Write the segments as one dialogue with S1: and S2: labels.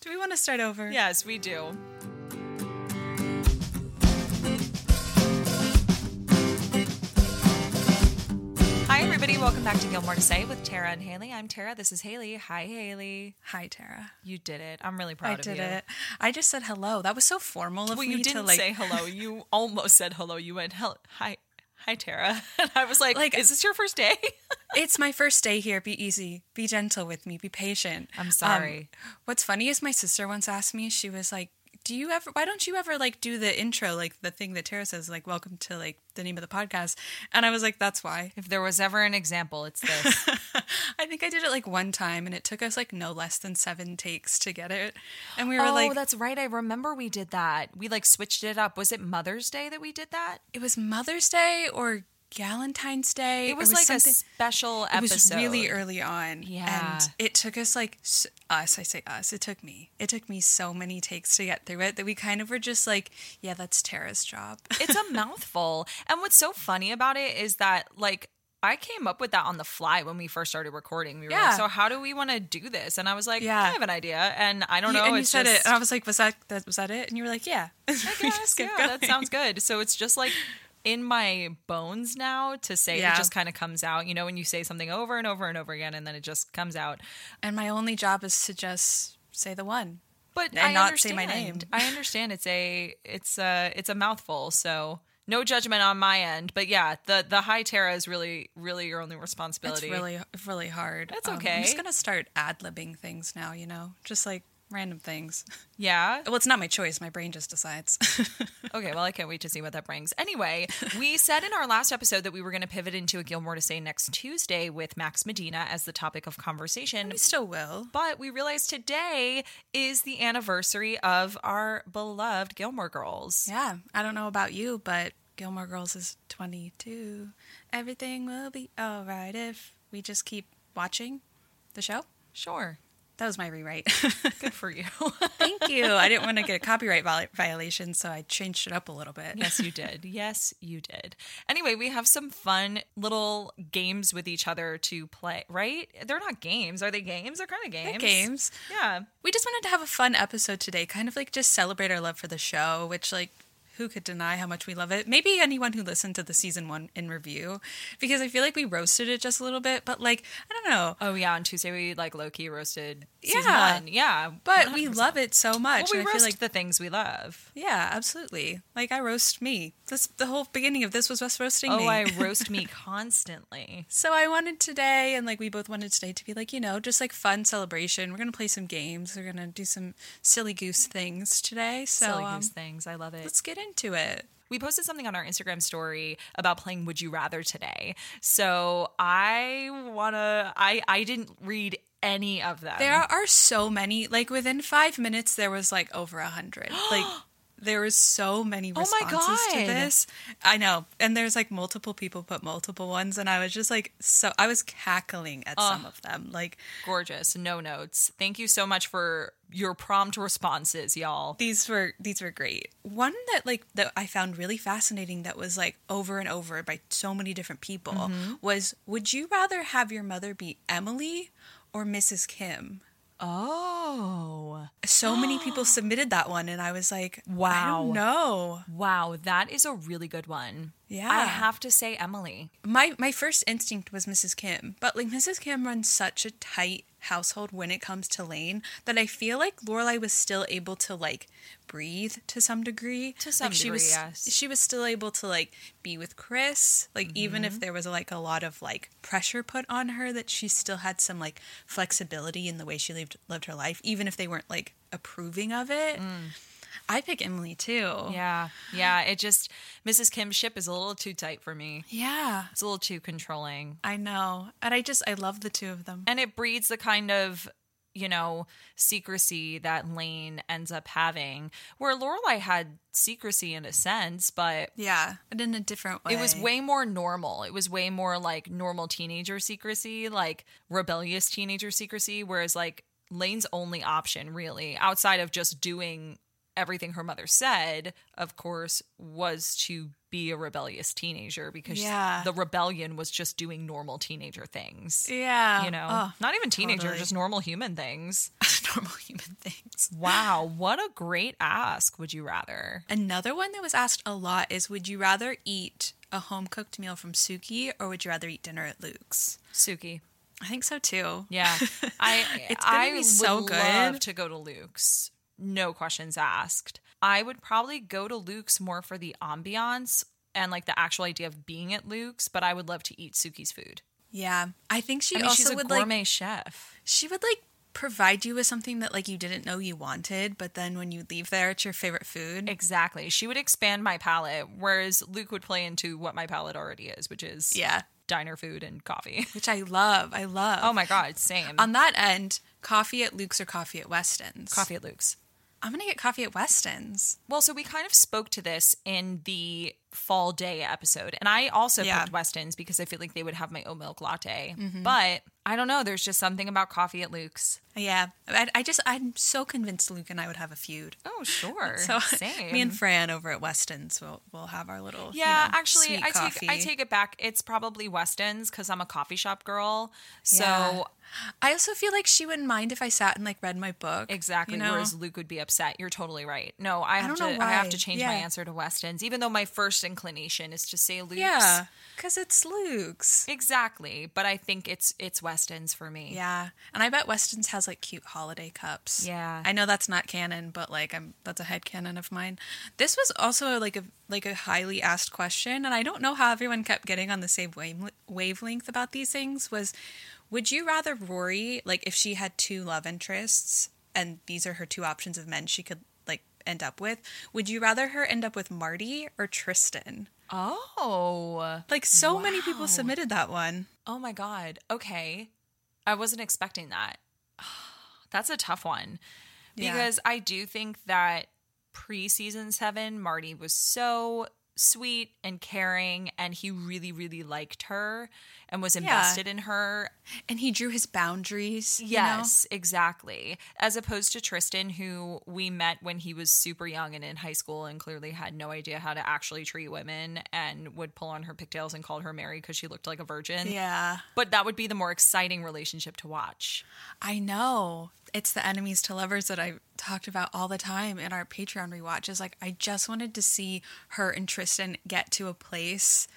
S1: Do we want to start over?
S2: Yes, we do. Hi, everybody. Welcome back to Gilmore to Say with Tara and Haley. I'm Tara. This is Haley. Hi, Haley.
S1: Hi, Tara.
S2: You did it. I'm really proud
S1: I
S2: of
S1: did
S2: you.
S1: it. I just said hello. That was so formal of
S2: Well,
S1: me to
S2: you didn't
S1: like
S2: say hello. You almost said hello. You went, "Hel- hi, hi, Tara. And I was like,
S1: Like-
S2: is this your first day?
S1: it's my first day here. Be easy. Be gentle with me. Be patient.
S2: I'm
S1: Um,
S2: sorry.
S1: what's funny is my sister once asked me, she was like, Do you ever, why don't you ever like do the intro, like the thing that Tara says, like, welcome to like the name of the podcast? And I was like, That's why.
S2: If there was ever an example, it's this.
S1: I think I did it like one time and it took us like no less than seven takes to get it. And we were
S2: oh,
S1: like,
S2: that's right. I remember we did that. We like switched it up. Was it Mother's Day that we did that?
S1: It was Mother's Day or Galentine's Day.
S2: It was, like a
S1: something-
S2: special episode.
S1: It was really early on.
S2: Yeah.
S1: And it took us like s- us, I say us, it took me. It took me so many takes to get through it that we kind of were just like, yeah, that's Tara's job.
S2: it's a mouthful. And what's so funny about it is that like I came up with that on the fly when we first started recording. We were
S1: Yeah.
S2: like, so how do we want to do this? And I was like,
S1: Yeah.
S2: I have an idea. And I don't
S1: You-
S2: know.
S1: and you
S2: it's
S1: said it
S2: just,
S1: Oh, and I was like, was that, that was that it? And you were like, yeah. I
S2: I guess, yeah, that sounds good. So it's just like in my bones now to say
S1: Yeah.
S2: it just kind of comes out. You know, when you say something over and over and over again and then it just comes out.
S1: And my only job is to just say the one.
S2: But
S1: And
S2: I
S1: not say
S2: understand.
S1: my name.
S2: I understand it's a it's a it's a mouthful, so no judgment on my end. But yeah, the the high Terra is really really your only
S1: It's
S2: responsibility.
S1: really, really hard. Um,
S2: That's
S1: I'm
S2: okay.
S1: just going to start ad libbing things now, you know, just like random things.
S2: yeah.
S1: Well, it's not my choice. My brain just decides.
S2: Okay. Well, I can't wait to see what that brings. Anyway, we said in our last episode that we were going to pivot into a Gilmore to say next Tuesday with Max Medina as the topic of conversation.
S1: we still will.
S2: But we realized today is the anniversary of our beloved Gilmore Girls.
S1: Yeah, I don't know about you, but Gilmore Girls is 22. Everything will be all right if we just keep watching the show.
S2: Sure.
S1: That was my rewrite.
S2: Good for you.
S1: Thank you. I didn't want to get a copyright viol- violation, so I changed it up a little bit.
S2: Yes, you did. Yes, you did. Anyway, we have some fun little games with each other to play, right? They're not games. Are they games? They're kind of games.
S1: Games.
S2: Yeah.
S1: We just wanted to have a fun episode today, kind of like just celebrate our love for the show, which, like, who could deny how much we love it? Maybe anyone who listened to the season one in review, because I feel like we roasted it just a little bit, but like, I don't know.
S2: Oh, yeah. On Tuesday, we like low key roasted season
S1: Yeah.
S2: one. Yeah.
S1: But we love it so much.
S2: Well, we
S1: and I
S2: roast
S1: feel like
S2: the things we love.
S1: Yeah, absolutely. Like I roast me. This the whole beginning of this was us roasting me.
S2: Oh, I roast me constantly.
S1: so I wanted today, and like we both wanted today to be like you know just like fun celebration. We're gonna play some games. We're gonna do some silly goose things today. So
S2: Silly
S1: um,
S2: goose things. I love it.
S1: let's get into it.
S2: We posted something on our Instagram story about playing Would You Rather today. So I wanna. I I didn't read any of them.
S1: There are so many. Like within five minutes, there was like over a hundred. like there was so many
S2: Oh my
S1: responses to
S2: God.
S1: this. I know, and there's like multiple people put multiple ones, and I was just like so I was cackling at some of them. Like
S2: gorgeous no notes thank you so much for your prompt responses y'all
S1: these were these were great. One that like that I found really fascinating that was like over and over by so many different people was would you rather have your mother be Emily or Mrs. Kim?
S2: oh
S1: So many people submitted that one and I was like,
S2: Wow.
S1: No.
S2: wow that is a really good one
S1: Yeah.
S2: i have to say emily
S1: My my first instinct was Mrs. Kim, but like Mrs. Kim runs such a tight household when it comes to Lane that I feel like Lorelai was still able to like breathe to some degree.
S2: To some
S1: like, she was,
S2: degree, yes.
S1: She was still able to like be with Chris, like even
S2: Mm-hmm.
S1: if there was like a lot of like pressure put on her, that she still had some like flexibility in the way she lived lived her life, even if they weren't like approving of it. I pick Emily too.
S2: Mm. yeah yeah it just mrs kim's ship is a little too tight for me
S1: Yeah.
S2: it's a little too controlling
S1: I know. And I just I love the two of them.
S2: and it breeds the kind of you know secrecy that lane ends up having where lorelei had secrecy in a sense but
S1: Yeah, but in a different way.
S2: It was way more normal. It was way more like normal teenager secrecy, like rebellious teenager secrecy, whereas like Lane's only option really outside of just doing everything her mother said, of course, was to be a rebellious teenager because
S1: Yeah.
S2: the rebellion was just doing normal teenager things.
S1: Yeah,
S2: You know,
S1: Oh,
S2: not even teenager,
S1: totally.
S2: just normal human things.
S1: normal human things.
S2: Wow, what a great ask. Would you rather?
S1: Another one that was asked a lot is would you rather eat a home cooked meal from Suki or would you rather eat dinner at Luke's?
S2: Suki.
S1: I think so too.
S2: Yeah. I
S1: It's gonna
S2: I
S1: be so
S2: would
S1: good.
S2: love to go to Luke's. No questions asked. I would probably go to Luke's more for the ambiance and like the actual idea of being at Luke's, but I would love to eat Suki's food.
S1: Yeah. I think she
S2: I mean,
S1: also
S2: she's a
S1: would like
S2: gourmet chef.
S1: She would like provide you with something that like you didn't know you wanted, but then when you leave there, it's your favorite food.
S2: Exactly. She would expand my palate, whereas Luke would play into what my palate already is, which is
S1: Yeah,
S2: diner food and coffee.
S1: which I love. I love.
S2: Oh my God, same.
S1: On that end, coffee at Luke's or coffee at Weston's.
S2: coffee at Luke's.
S1: I'm gonna get coffee at Weston's.
S2: Well, so we kind of spoke to this in the fall day episode, and I also
S1: Yeah. Mm-hmm.
S2: picked Weston's because I feel like they would have my oat milk latte. But I don't know. There's just something about coffee at Luke's.
S1: Yeah, I, I just I'm so convinced Luke and I would have a feud.
S2: Oh, sure.
S1: So
S2: same.
S1: me and Fran over at Weston's will will have our little you
S2: yeah,
S1: know,
S2: actually,
S1: sweet
S2: I
S1: coffee.
S2: take I take it back. It's probably Weston's because I'm a coffee shop girl. So
S1: Yeah. I also feel like she wouldn't mind if I sat and like read my book.
S2: Exactly.
S1: You know?
S2: Whereas Luke would be upset. You're totally right. No, I have
S1: don't know
S2: to. I have
S1: why.
S2: to change my
S1: Yeah.
S2: answer to Weston's, even though my first inclination is to say Luke's.
S1: yeah, because it's Luke's.
S2: Exactly. But I think it's it's Weston's for me.
S1: Yeah, and I bet Weston's has like cute holiday cups.
S2: Yeah.
S1: I know that's not canon, but like I'm that's a head canon of mine. This was also like a like a highly asked question, and I don't know how everyone kept getting on the same wave, wavelength about these things. Was would you rather Rory like if she had two love interests and these are her two options of men she could like end up with? Would you rather her end up with Marty or Tristan?
S2: Oh.
S1: Like so many
S2: Wow.
S1: people submitted that one.
S2: Oh my God. Okay. I wasn't expecting that. That's a tough one.
S1: Yeah.
S2: Because I do think that pre season seven, Marty was so sweet and caring and he really, really liked her and was invested in her
S1: And he drew his boundaries. you know?
S2: Yes, exactly. As opposed to Tristan, who we met when he was super young and in high school and clearly had no idea how to actually treat women and would pull on her pigtails and called her Mary because she looked like a virgin.
S1: Yeah.
S2: But that would be the more exciting relationship to watch.
S1: I know. It's the enemies to lovers that I talked about all the time in our Patreon rewatches. Like, I just wanted to see her and Tristan get to a place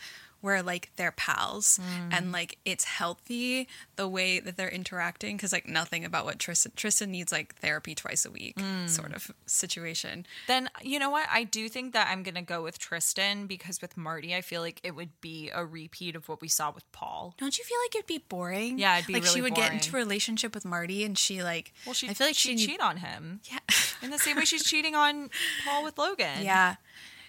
S1: where, like, they're pals and, like, it's healthy the way that they're interacting. Cause, like, nothing about what Tristan, Tristan needs, like, therapy twice a week sort of situation.
S2: Then, you know what? I do think that I'm going to go with Tristan because with Marty, I feel like it would be a repeat of what we saw with Paul.
S1: Don't you feel like it'd be boring?
S2: Yeah, it'd be
S1: like she
S2: really
S1: would get into a
S2: boring.
S1: relationship with Marty and she like
S2: Well, she,
S1: I feel like
S2: she'd
S1: she
S2: cheat on him
S1: yeah
S2: in the same way she's cheating on Paul with Logan.
S1: Yeah.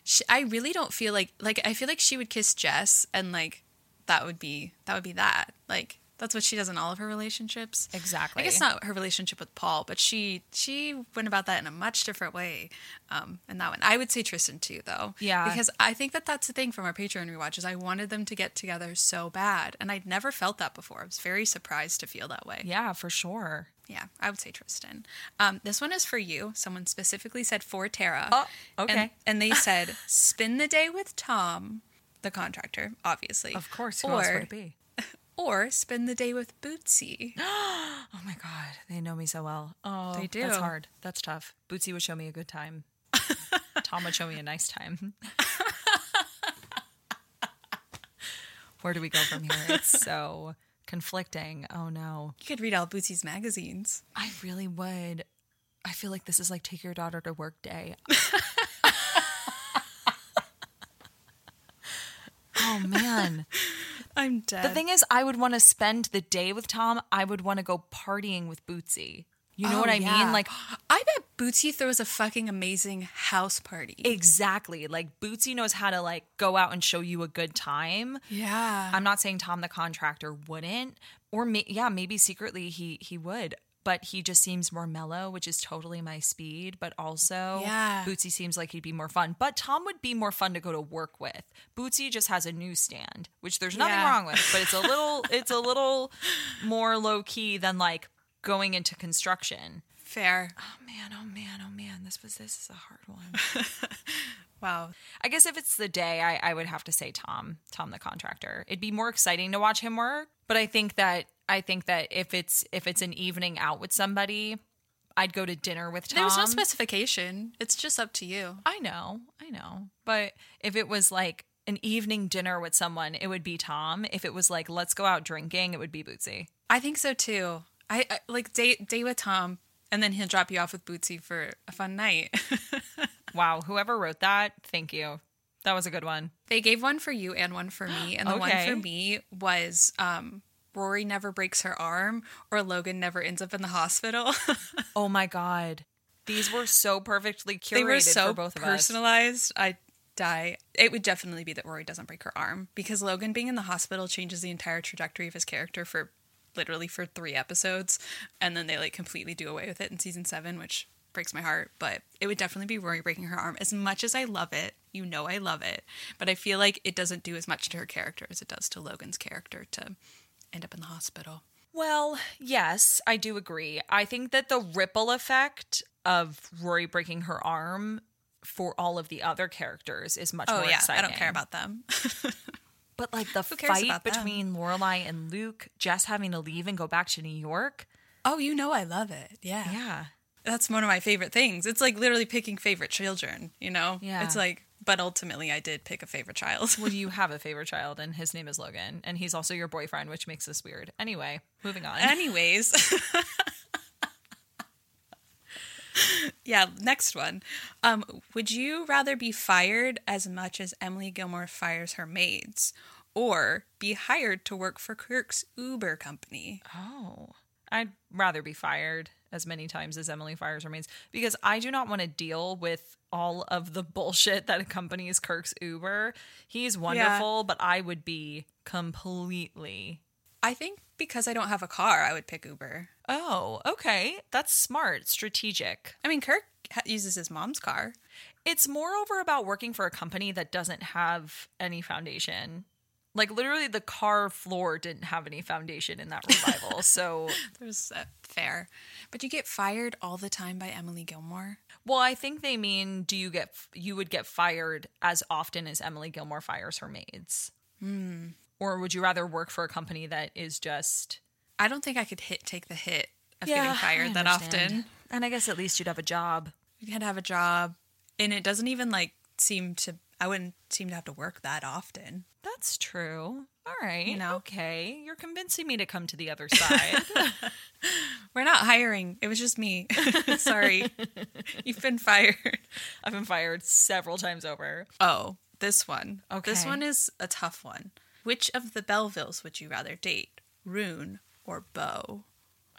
S1: She, I really don't feel like like I feel like she would kiss Jess and like that would be that would be that. Like that's what she does in all of her relationships.
S2: Exactly.
S1: I guess not her relationship with Paul, but she she went about that in a much different way. Um, and that one, I would say Tristan too, though.
S2: Yeah.
S1: because I think that that's the thing from our Patreon rewatches. I wanted them to get together so bad, and I'd never felt that before. I was very surprised to feel that way.
S2: Yeah, for sure.
S1: Yeah, I would say Tristan. Um, this one is for you. Someone specifically said for Tara.
S2: Oh, okay.
S1: And, and they said, spend the day with Tom, the contractor, obviously.
S2: Of course. Who
S1: Or,
S2: else would it be?
S1: or spend the day with Bootsy.
S2: Oh my God. They know me so well. Oh,
S1: They
S2: That's
S1: do.
S2: hard. That's tough. Bootsy would show me a good time. Tom would show me a nice time. Where do we go from here? It's so conflicting. Oh no.
S1: You could read all Bootsy's magazines.
S2: I really would. I feel like this is like take your daughter to work day. oh man.
S1: I'm dead.
S2: The thing is, I would want to spend the day with Tom. I would want to go partying with Bootsy. You know
S1: Oh,
S2: what I
S1: yeah.
S2: mean? Like
S1: I bet Bootsy throws a fucking amazing house party.
S2: exactly. Like Bootsy knows how to like go out and show you a good time.
S1: yeah.
S2: I'm not saying Tom the contractor wouldn't, or may- yeah, maybe secretly he he would, but he just seems more mellow, which is totally my speed. But also,
S1: Yeah.
S2: Bootsy seems like he'd be more fun. But Tom would be more fun to go to work with. Bootsy just has a newsstand, which there's nothing
S1: Yeah.
S2: wrong with, but it's a little it's a little more low key than like going into construction.
S1: Fair.
S2: Oh man, oh man, oh man, this was this is a hard one.
S1: Wow.
S2: I guess if it's the day, I, I would have to say Tom, Tom the contractor. It'd be more exciting to watch him work, but I think that I think that if it's if it's an evening out with somebody, I'd go to dinner with Tom.
S1: There was no specification. It's just up to you.
S2: I know, I know. But if it was like an evening dinner with someone, it would be Tom. If it was like let's go out drinking, it would be Bootsy.
S1: I think so too. I, I like date date with Tom, and then he'll drop you off with Bootsy for a fun night.
S2: Wow, whoever wrote that, thank you. That was a good one.
S1: they gave one for you and one for me, and the one
S2: Okay.
S1: for me was um, Rory never breaks her arm, or Logan never ends up in the hospital.
S2: Oh my god. These were so perfectly curated
S1: they were so
S2: for both of us.
S1: personalized. I die. It would definitely be that Rory doesn't break her arm because Logan being in the hospital changes the entire trajectory of his character for literally for three episodes, and then they like completely do away with it in season seven, which breaks my heart. But it would definitely be Rory breaking her arm. As much as I love it, you know I love it, but I feel like it doesn't do as much to her character as it does to Logan's character to end up in the hospital.
S2: Well, yes, I do agree. I think that the ripple effect of Rory breaking her arm for all of the other characters is much
S1: Oh
S2: more
S1: yeah,
S2: exciting.
S1: I don't care about them.
S2: But like the
S1: cares
S2: fight
S1: about them?
S2: between Lorelai and Luke, Jess having to leave and go back to New York.
S1: oh, you know I love it.
S2: Yeah.
S1: that's one of my favorite things. It's like literally picking favorite children, you know?
S2: Yeah.
S1: It's like, but ultimately I did pick a favorite child.
S2: Well, you have a favorite child, and his name is Logan, and he's also your boyfriend, which makes this weird. Anyway, moving on.
S1: Anyways. yeah, next one. Um, would you rather be fired as much as Emily Gilmore fires her maids or be hired to work for Kirk's Uber company?
S2: Oh, I'd rather be fired as many times as Emily fires her maids because I do not want to deal with all of the bullshit that accompanies Kirk's Uber. He's wonderful, but I would be completely.
S1: I think because I don't have a car, I would pick Uber.
S2: Oh, okay. That's smart, strategic.
S1: I mean, Kirk ha- uses his mom's car.
S2: It's moreover about working for a company that doesn't have any foundation. Like literally the car floor didn't have any foundation in that revival. so
S1: There's uh, fair, but you get fired all the time by Emily Gilmore.
S2: Well, I think they mean do you get you would get fired as often as Emily Gilmore fires her maids? Hmm. Or would you rather work for a company that is just
S1: I don't think I could hit take the hit of getting fired that often.
S2: And I guess at least you'd have a job.
S1: You had to have a job, and it doesn't even like seem to. I wouldn't seem to have to work that often.
S2: That's true. All right.
S1: You know.
S2: Okay. You're convincing me to come to the other side.
S1: We're not hiring. It was just me. Sorry, you've been fired.
S2: I've been fired several times over.
S1: Oh, this one. This
S2: Okay.
S1: one is a tough one. Which of the Belvilles would you rather date, Rune or Bo?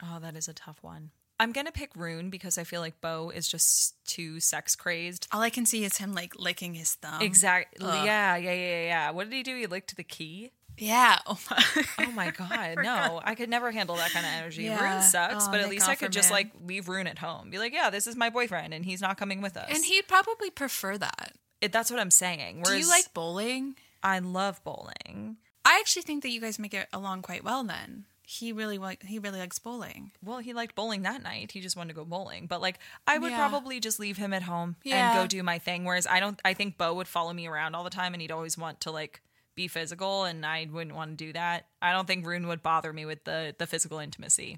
S2: Oh, that is a tough one. I'm gonna pick Rune because I feel like Bo is just too sex crazed.
S1: All I can see is him like licking his thumb.
S2: Um, Exactly. Yeah, yeah, yeah, yeah. What did he do? He licked the key.
S1: Yeah. Oh my.
S2: Oh my god, no! I could never handle that kind of energy.
S1: Yeah.
S2: Rune sucks,
S1: Oh,
S2: but at
S1: Nick
S2: least I could just
S1: Offerman.
S2: like leave Rune at home. Be like, yeah, this is my boyfriend, and he's not coming with us.
S1: And he'd probably prefer that.
S2: it, that's what I'm saying.
S1: Do
S2: Whereas
S1: you like bowling?
S2: I love bowling.
S1: I actually think that you guys make it along quite well then. He really like he really likes bowling.
S2: Well, he liked bowling that night. He just wanted to go bowling, but like I would
S1: Yeah.
S2: probably just leave him at home
S1: Yeah.
S2: and go do my thing. Whereas I don't. I think Bo would follow me around all the time, and he'd always want to like be physical, and I wouldn't want to do that. I don't think Rune would bother me with the the physical intimacy.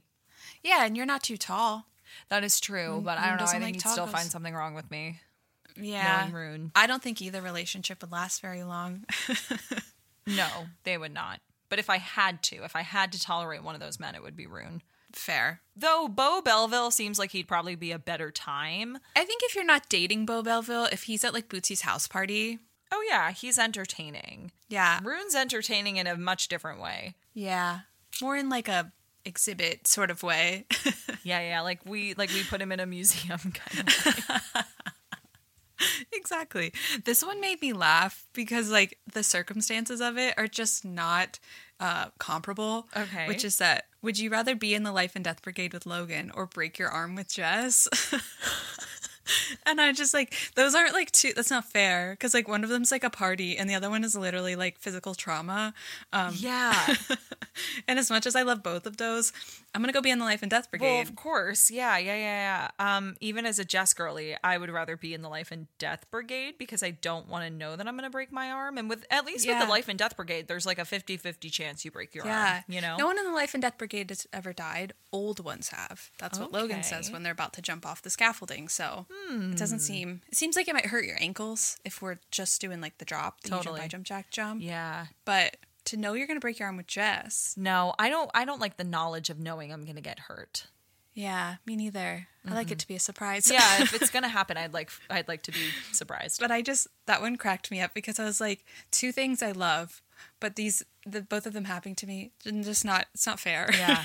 S1: Yeah, and you're not too tall.
S2: That is true, but I
S1: Rune
S2: don't know. I
S1: doesn't
S2: think
S1: like
S2: he'd still
S1: tacos.
S2: find something wrong with me.
S1: Yeah.
S2: knowing Rune.
S1: I don't think either relationship would last very long.
S2: No, they would not. But if I had to, if I had to tolerate one of those men, it would be Rune.
S1: Fair.
S2: Though Bo Belleville seems like he'd probably be a better time.
S1: I think if you're not dating Bo Belleville, if he's at like Bootsy's house party,
S2: Oh yeah, he's entertaining.
S1: yeah.
S2: Rune's entertaining in a much different way.
S1: Yeah. More in like a exhibit sort of way.
S2: Yeah, yeah, like we like we put him in a museum kind of.
S1: exactly. This one made me laugh because like the circumstances of it are just not uh, comparable.
S2: Okay.
S1: Which is that would you rather be in the life and death brigade with Logan or break your arm with Jess? And I just like those aren't like two. That's not fair because like one of them's like a party and the other one is literally like physical trauma. Um,
S2: Yeah.
S1: and as much as I love both of those, I'm gonna go be in the life and death
S2: Well,
S1: brigade.
S2: of course. Yeah, yeah, yeah, yeah. Um, even as a Jess girly, I would rather be in the Life and Death Brigade because I don't want to know that I'm going to break my arm. And with at least with
S1: Yeah.
S2: the Life and Death Brigade, there's like a 50-50 chance you break your
S1: yeah,
S2: arm. um, You know?
S1: no one in the life and death brigade has ever died. Old ones have. That's what Logan says
S2: Okay. Hmm.
S1: when they're about to jump off the scaffolding. So it doesn't seem. It seems like it might hurt your ankles if we're just doing like the drop, the totally.
S2: Totally.
S1: jump, high, jump, jack, jump.
S2: yeah.
S1: But to know you're gonna break your arm with Jess,
S2: No, I don't. I don't like the knowledge of knowing I'm going to get hurt.
S1: Yeah, me neither. I like it to be a surprise.
S2: Mm-hmm. Yeah, if it's going to happen, I'd like I'd like to be surprised.
S1: but I just that one cracked me up because I was like, two things I love, but these the both of them happening to me and just not it's not fair.
S2: Yeah,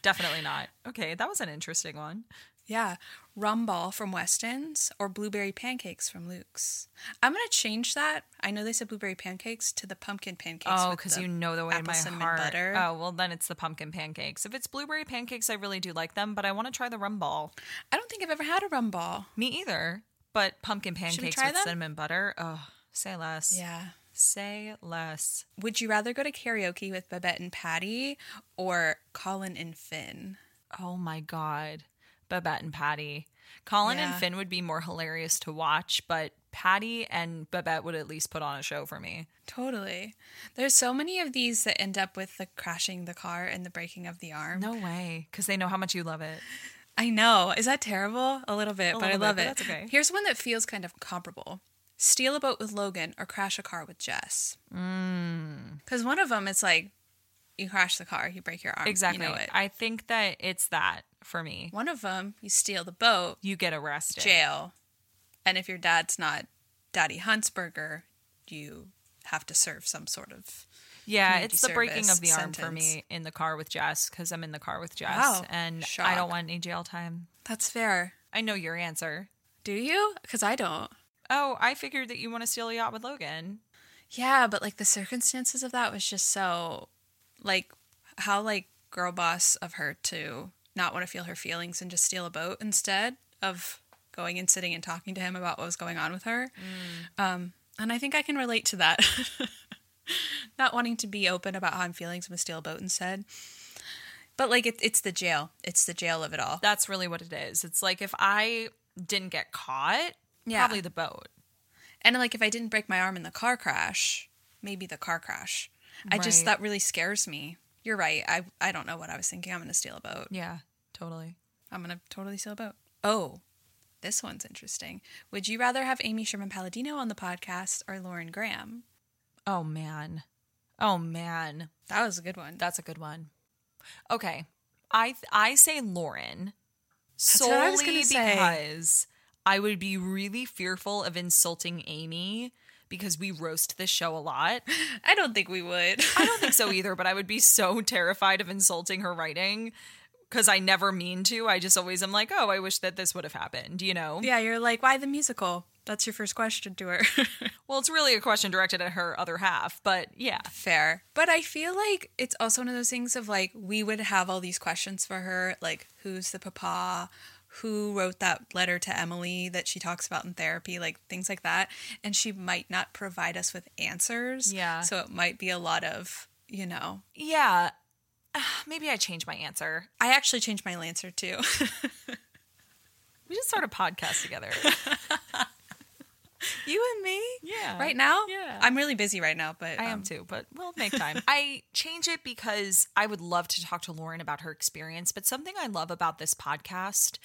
S2: definitely not. Okay, that was an interesting one.
S1: yeah. Rum ball from Weston's or blueberry pancakes from Luke's. I'm gonna change that. I know they said blueberry pancakes to the pumpkin pancakes.
S2: Oh,
S1: with
S2: because
S1: the
S2: you know the way
S1: apple
S2: my
S1: cinnamon
S2: heart.
S1: butter.
S2: Oh, well, then it's the pumpkin pancakes. If it's blueberry pancakes, I really do like them, but I want to try the rum ball.
S1: I don't think I've ever had a rum ball.
S2: Me either. But pumpkin pancakes
S1: try
S2: with
S1: them?
S2: cinnamon butter. Oh, say less.
S1: Yeah.
S2: Say less.
S1: Would you rather go to karaoke with Babette and Patty or Colin and Finn?
S2: Oh my god, Babette and Patty. Colin and
S1: Yeah.
S2: Finn would be more hilarious to watch, but Patty and Babette would at least put on a show for me.
S1: Totally. There's so many of these that end up with the crashing the car and the breaking of the arm.
S2: No way, because they know how much you love it.
S1: I know. Is that terrible? A little bit, but I
S2: little bit,
S1: love
S2: but
S1: it.
S2: that's okay.
S1: Here's one that feels kind of comparable. Steal a boat with Logan or crash a car with Jess.
S2: Mm.
S1: Because one of them is like, you crash the car, you break your arm.
S2: Exactly.
S1: You know it.
S2: I think that it's that for me.
S1: One of them, you steal the boat,
S2: You get arrested.
S1: jail. And if your dad's not Daddy Huntsberger, you have to serve some sort of.
S2: Yeah,
S1: community
S2: it's the breaking
S1: service
S2: of the arm for
S1: sentence.
S2: me in the car with Jess because I'm in the car with Jess
S1: Wow,
S2: and I
S1: shock.
S2: don't want any jail time.
S1: That's fair.
S2: I know your answer.
S1: Do you? Because I don't.
S2: Oh, I figured that you want to steal a yacht with Logan.
S1: Yeah, but like the circumstances of that was just so like how like girl boss of her to not want to feel her feelings and just steal a boat instead of going and sitting and talking to him about what was going on with her. Um and I think I can relate to that. not wanting to be open about how I'm feeling, so I'm gonna steal a boat instead. But like it, it's the jail. It's the jail of it all.
S2: That's really what it is. It's like if I didn't get caught,
S1: Yeah.
S2: probably the boat.
S1: And like if I didn't break my arm in the car crash, maybe the car crash. I just
S2: Right.
S1: that really scares me. You're right. I I don't know what I was thinking. I'm gonna steal a boat.
S2: Yeah, totally.
S1: I'm gonna totally steal a boat. Oh, this one's interesting. Would you rather have Amy Sherman Palladino on the podcast or Lauren Graham?
S2: Oh man. Oh man.
S1: That was a good one.
S2: That's a good one. Okay. I th- I say Lauren
S1: what
S2: solely
S1: I was gonna say.
S2: because I would be really fearful of insulting Amy because we roast this show a lot.
S1: I don't think we would.
S2: I don't think so either, but I would be so terrified of insulting her writing because I never mean to. I just always am like, oh, I wish that this would have happened, you know?
S1: yeah, you're like, why the musical? That's your first question to her.
S2: Well, it's really a question directed at her other half, but yeah.
S1: Fair. But I feel like it's also one of those things of like, we would have all these questions for her like, who's the papa? Who wrote that letter to Emily that she talks about in therapy? Like, things like that. And she might not provide us with answers.
S2: Yeah.
S1: So it might be a lot of, you know.
S2: Yeah. Maybe I change my answer.
S1: I actually changed my answer too.
S2: We should start a podcast together.
S1: you and me?
S2: Yeah.
S1: Right now?
S2: Yeah.
S1: I'm really busy right now, but.
S2: I
S1: um,
S2: am too, but we'll make time. I change it because I would love to talk to Lauren about her experience. But something I love about this podcast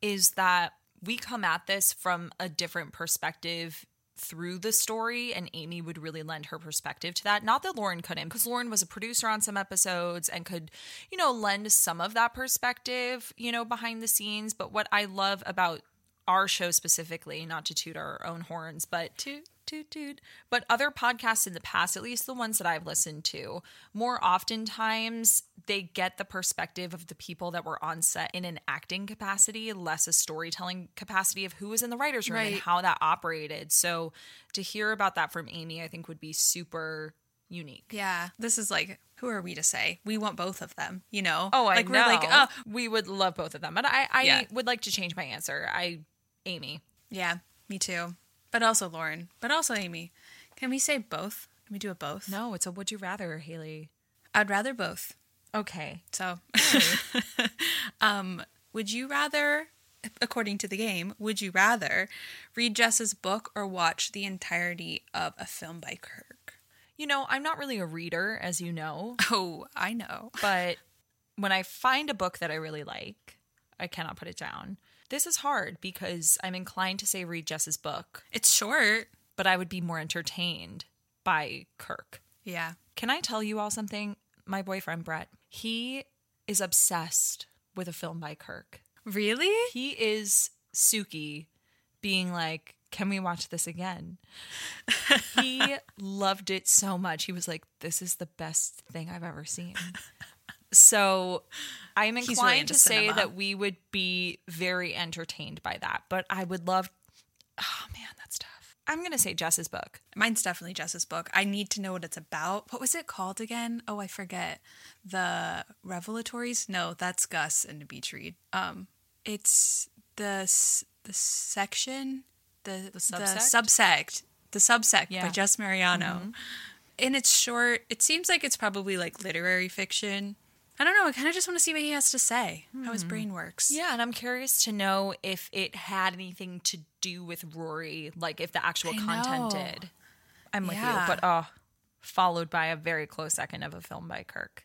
S2: is that we come at this from a different perspective through the story and Amy would really lend her perspective to that not that Lauren couldn't because Lauren was a producer on some episodes and could you know lend some of that perspective you know behind the scenes but what I love about our show specifically, not to toot our own horns, but toot, toot, toot. But other podcasts in the past, at least the ones that I've listened to, more oftentimes they get the perspective of the people that were on set in an acting capacity, less a storytelling capacity of who was in the writer's room and
S1: Right.
S2: how that operated. So to hear about that from Amy, I think would be super unique.
S1: Yeah. This is like, who are we to say? We want both of them, you know?
S2: Oh, I
S1: like,
S2: know.
S1: We're like, oh,
S2: we would love both of them. And I, I
S1: Yeah.
S2: would like to change my answer. I, Amy.
S1: Yeah, me too. But also Lauren. But also Amy. Can we say both? Can we do a both?
S3: No, it's a would you rather, Haley.
S1: I'd rather both.
S3: Okay.
S1: So, um, would you rather, according to the game, would you rather read Jess's book or watch the entirety of a film by Kirk?
S3: You know, I'm not really a reader, as you know,
S1: Oh, I know.
S3: but when I find a book that I really like, I cannot put it down. This is hard because I'm inclined to say read Jess's book,
S1: It's short.
S3: but I would be more entertained by Kirk.
S1: Yeah.
S3: Can I tell you all something? My boyfriend, Brett, he is obsessed with a film by Kirk.
S1: Really?
S3: He is Suki being like, Can we watch this again? he loved it so much. He was like, This is the best thing I've ever seen. So I'm
S1: He's really
S3: inclined
S1: into
S3: to say
S1: cinema.
S3: that we would be very entertained by that, but I would love, oh man, that's tough. I'm going to say Jess's book.
S1: Mine's definitely Jess's book. I need to know what it's about. What was it called again? Oh, I forget. The Revelatories? No, that's Gus and the Beach Read. Um, it's the s- the section, the the
S3: subsect?
S1: subsect, the subsect by
S3: Yeah. Mm-hmm.
S1: Jess Mariano. And it's short. It seems like it's probably like literary fiction. I don't know. I kind of just want to see what he has to say. How
S3: Hmm.
S1: his brain works.
S3: Yeah, and I'm curious to know if it had anything to do with Rory, like if the actual
S1: I
S3: content
S1: know.
S3: did. I'm with
S1: Yeah.
S3: you, but oh, followed by a very close second of a film by Kirk.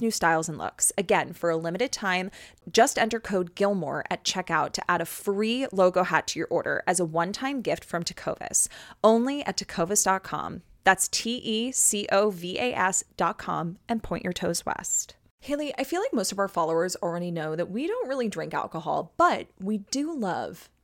S2: new styles and looks. Again, for a limited time, just enter code Gilmore at checkout to add a free logo hat to your order as a one time gift from Tecovas. Only at tecovas.com. That's T E C O V A S dot com and point your toes west. Haley, I feel like most of our followers already know that we don't really drink alcohol, but we do love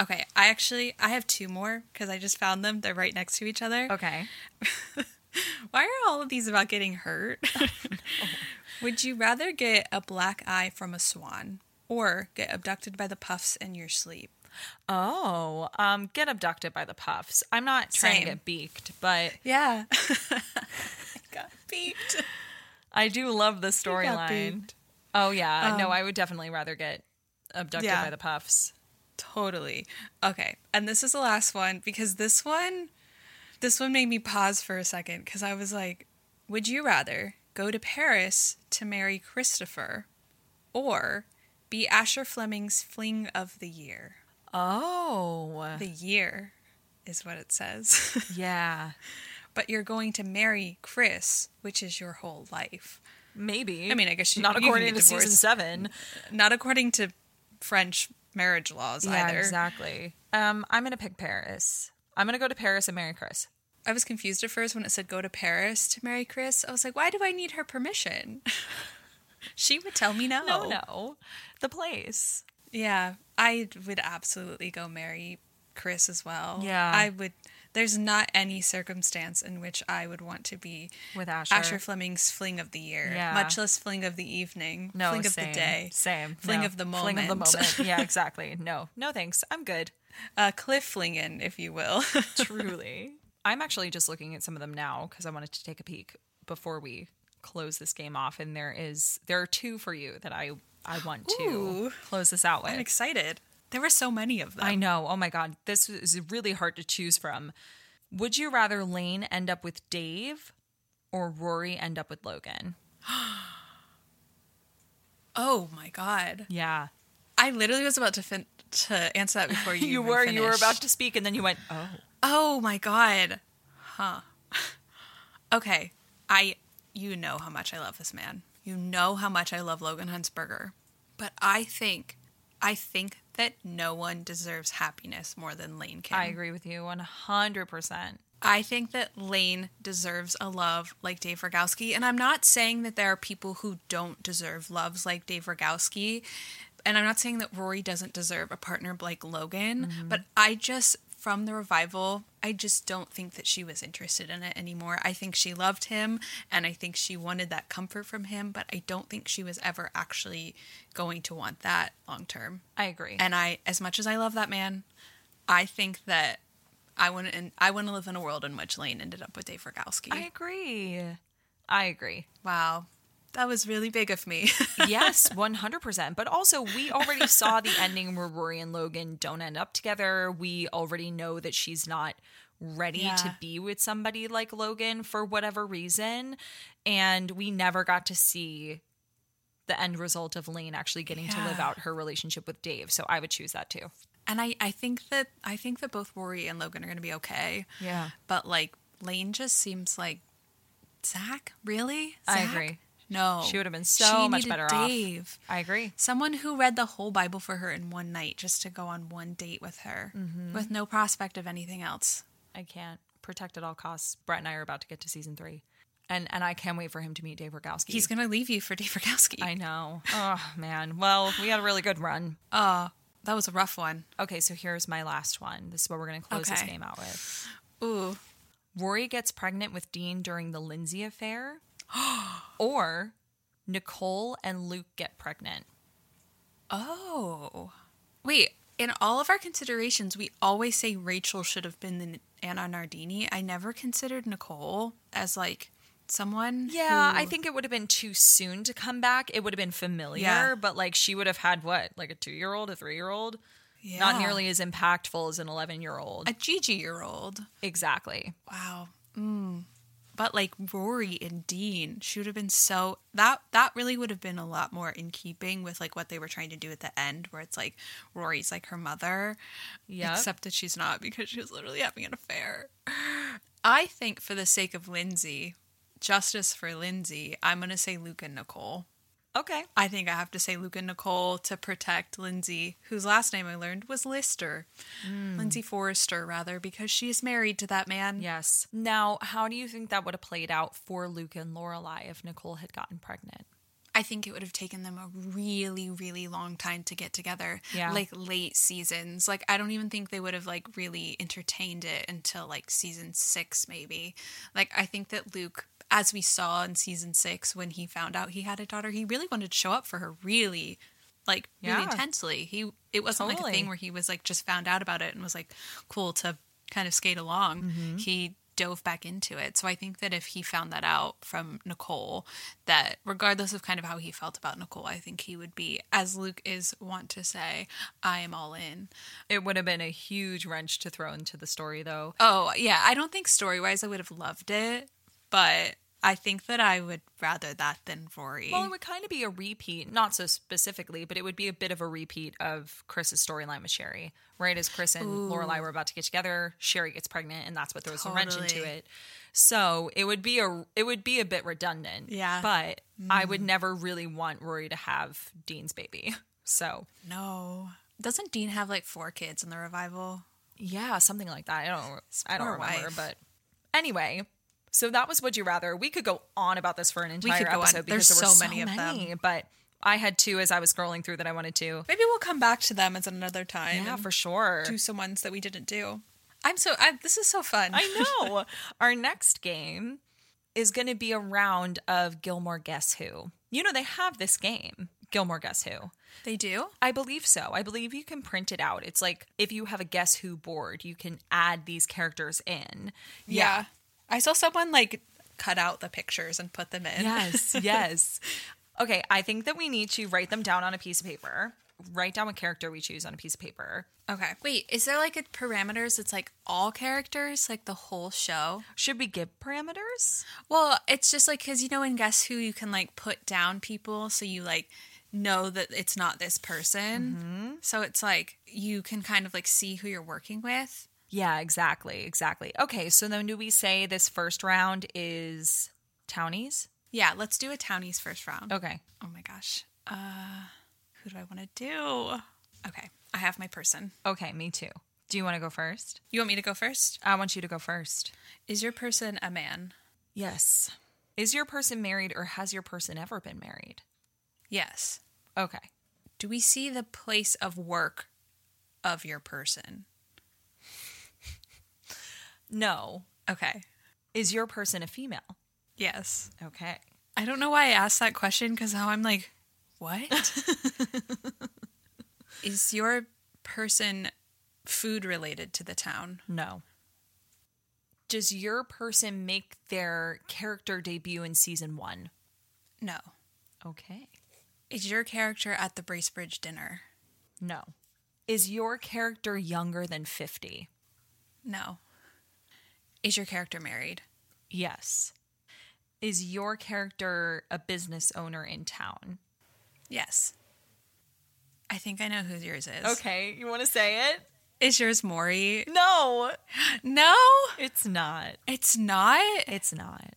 S1: Okay, I actually I have two more because I just found them. They're right next to each other.
S3: Okay.
S1: Why are all of these about getting hurt? Would you rather get a black eye from a swan or get abducted by the puffs in your sleep?
S2: Oh, um, get abducted by the puffs. I'm not trying
S1: Same.
S2: to get beaked, but
S1: Yeah. I got beeped.
S2: I do love the
S1: got
S2: storyline.
S1: beaked.
S2: Oh yeah, no, I would definitely rather get abducted
S1: yeah.
S2: by the puffs.
S1: Totally. Okay. And this is the last one because this one this one made me pause for a second cuz I was like, would you rather go to Paris to marry Christopher or be Asher Fleming's fling of the year?
S2: Oh,
S1: The year is what it says.
S2: yeah,
S1: but you're going to marry Chris, which is your whole life.
S2: maybe.
S1: I mean, I guess you-
S2: not
S1: you can
S2: according
S1: get
S2: to season
S1: divorced.
S2: seven.
S1: Not according to French marriage laws either.
S2: Yeah, exactly. Um, I'm gonna pick Paris. I'm gonna go to Paris and marry Chris.
S1: I was confused at first when it said go to Paris to marry Chris. I was like, why do I need her permission? she would tell me no.
S2: No, no, Oh. the place.
S1: Yeah, I would absolutely go marry Chris as well.
S2: Yeah.
S1: I would. There's not any circumstance in which I would want to be
S2: With Asher.
S1: Asher Fleming's fling of the year,
S2: Yeah.
S1: much less fling of the evening,
S2: No,
S1: fling
S2: same,
S1: of the day,
S2: Same.
S1: fling
S2: No.
S1: of the moment,
S2: Fling of the moment. Yeah, exactly. No, no, thanks. I'm good.
S1: uh, cliff flingin', if you will.
S2: Truly. I'm actually just looking at some of them now because I wanted to take a peek before we close this game off. And there is there are two for you that I I want to
S1: Ooh.
S2: close this out with.
S1: I'm excited. There were so many of them.
S2: I know. Oh my God. This is really hard to choose from. Would you rather Lane end up with Dave or Rory end up with Logan?
S1: oh my god.
S2: Yeah.
S1: I literally was about to fin- to answer that before you.
S2: You
S1: even
S2: were you were
S1: finished.
S2: about to speak and then you went, Oh.
S1: Oh my god, huh? okay, I you know how much I love this man. You know how much I love Logan Huntsberger, but I think I think that no one deserves happiness more than Lane Kim.
S2: I agree with you one hundred percent.
S1: I think that Lane deserves a love like Dave Rogowski. And I'm not saying that there are people who don't deserve loves like Dave Rogowski. And I'm not saying that Rory doesn't deserve a partner like Logan. But I just, from the revival, I just don't think that she was interested in it anymore. I think she loved him and I think she wanted that comfort from him. But I don't think she was ever actually going to want that long term.
S2: I agree.
S1: And I, as much as I love that man, I think that I want to. I want to live in a world in which Lane ended up with Dave Rogowski.
S2: I agree. I agree.
S1: wow, that was really big of me.
S2: yes, 100%. But also, we already saw the ending where Rory and Logan don't end up together. We already know that she's not ready
S1: Yeah.
S2: to be with somebody like Logan for whatever reason. And we never got to see the end result of Lane actually getting to live
S1: Yeah.
S2: out her relationship with Dave. So I would choose that too.
S1: and I, I think that I think that both Rory and Logan are going to be okay.
S2: Yeah.
S1: But like Lane just seems like Zach. Really,
S2: I
S1: Zach?
S2: agree.
S1: No,
S2: She would have been so
S1: She
S2: much
S1: needed
S2: better off.
S1: Dave.
S2: I agree.
S1: Someone who read the whole Bible for her in one night just to go on one date with her
S2: Mm-hmm.
S1: with no prospect of anything else.
S2: I can't protect at all costs. Brett and I are about to get to season three. And, and I can't wait for him to meet Dave Rogowski.
S1: He's going to leave you for Dave Rogowski.
S2: I know. Oh man. Well, we had a really good run.
S1: Uh, That was a rough one.
S2: Okay, so here's my last one. This is what we're gonna close this
S1: Okay.
S2: game out with.
S1: Ooh.
S2: Rory gets pregnant with Dean during the Lindsay affair, or Nicole and Luke get pregnant.
S1: Oh. Wait, in all of our considerations, we always say Rachel should have been the Anna Nardini. I never considered Nicole as like someone.
S2: Yeah,
S1: who-
S2: I think it would have been too soon to come back. It would have been familiar,
S1: Yeah.
S2: but like she would have had what, like a two year old, a three year old, not
S1: Yeah.
S2: nearly as impactful as an eleven year old.
S1: a Gigi year old.
S2: Exactly.
S1: Wow. Mm. But like Rory and Dean should have been so that that really would have been a lot more in keeping with like what they were trying to do at the end, where it's like Rory's like her mother,
S2: Yep.
S1: except that she's not because she was literally having an affair. I think for the sake of Lindsay, justice for Lindsay, I'm gonna say Luke and Nicole.
S2: Okay.
S1: I think I have to say Luke and Nicole to protect Lindsay, whose last name I learned was Lister, Lindsay Forrester rather, because she is married to that man.
S2: Yes. Now, how do you think that would have played out for Luke and Lorelai if Nicole had gotten pregnant?
S1: I think it would have taken them a really, really long time to get together.
S2: Yeah.
S1: Like late seasons. Like I don't even think they would have like really entertained it until like season six, maybe. Like I think that Luke, as we saw in season six, when he found out he had a daughter, he really wanted to show up for her really, like
S2: Yeah.
S1: really intensely. He it wasn't like
S2: Totally.
S1: a thing where he was like just found out about it and was like cool to kind of skate along.
S2: Mm-hmm.
S1: He dove back into it. So I think that if he found that out from Nicole, that regardless of kind of how he felt about Nicole, I think he would be as Luke is wont to say, I am all in.
S2: It would have been a huge wrench to throw into the story, though.
S1: Oh, yeah. I don't think story wise I would have loved it, but I think that I would rather that than Rory.
S2: Well, it would kind of be a repeat, not so specifically, but it would be a bit of a repeat of Chris's storyline with Sherry, right? As Chris and Lorelai were about to get together, Sherry gets pregnant, and that's what throws a wrench into
S1: Totally.
S2: it. So it would be a it would be a bit redundant,
S1: Yeah. Mm-hmm.
S2: But I would never really want Rory to have Dean's baby. So
S1: no. Doesn't Dean have like four kids in the revival?
S2: yeah, something like that. I don't I don't
S1: poor
S2: remember,
S1: wife.
S2: but anyway. So that was Would You Rather. We could go on about this for an
S1: could
S2: entire
S1: go on.
S2: episode because
S1: There's
S2: there were
S1: so
S2: so
S1: many of them.
S2: them. But I had two as I was scrolling through that I wanted to.
S1: Maybe we'll come back to them at another time.
S2: Yeah,
S1: and
S2: for sure.
S1: do some ones that we didn't do. I'm so I, this is so fun.
S2: I know. Our next game is going to be a round of Gilmore Guess Who. You know, they have this game, Gilmore Guess Who.
S1: they do.
S2: I believe so. I believe you can print it out. It's like if you have a Guess Who board, you can add these characters in.
S1: Yeah. I saw someone like cut out the pictures and put them in.
S2: Yes, yes. Okay, I think that we need to write them down on a piece of paper. Write down what character we choose on a piece of paper.
S1: Okay. Wait, is there like a parameters? It's like all characters, like the whole show.
S2: Should we give parameters?
S1: Well, it's just like because you know in Guess Who you can like put down people, so you like know that it's not this person. So it's like you can kind of like see who you're working with.
S2: Yeah, exactly, exactly. Okay, so then do we say this first round is townies?
S1: Yeah, let's do a townies first round.
S2: Okay.
S1: Oh my gosh, uh, who do I want to do? Okay, I have my person.
S2: Okay, me too. Do you want to go first?
S1: You want me to go first?
S2: I want you to go first.
S1: Is your person a man?
S2: Yes. Is your person married or has your person ever been married?
S1: Yes.
S2: Okay.
S1: Do we see the place of work of your person?
S2: No.
S1: Okay.
S2: Is your person a female?
S1: Yes.
S2: Okay.
S1: I don't know why I asked that question because now I'm like, what? Is your person food related to the town?
S2: No. Does your person make their character debut in season one?
S1: No.
S2: Okay.
S1: Is your character at the Bracebridge dinner?
S2: No. Is your character younger than 50?
S1: No. Is your character married?
S2: Yes. Is your character a business owner in town?
S1: Yes. I think I know who yours is.
S2: Okay, you want to say it?
S1: Is yours Maury?
S2: No,
S1: No,
S2: it's not.
S1: it's not.
S2: It's not.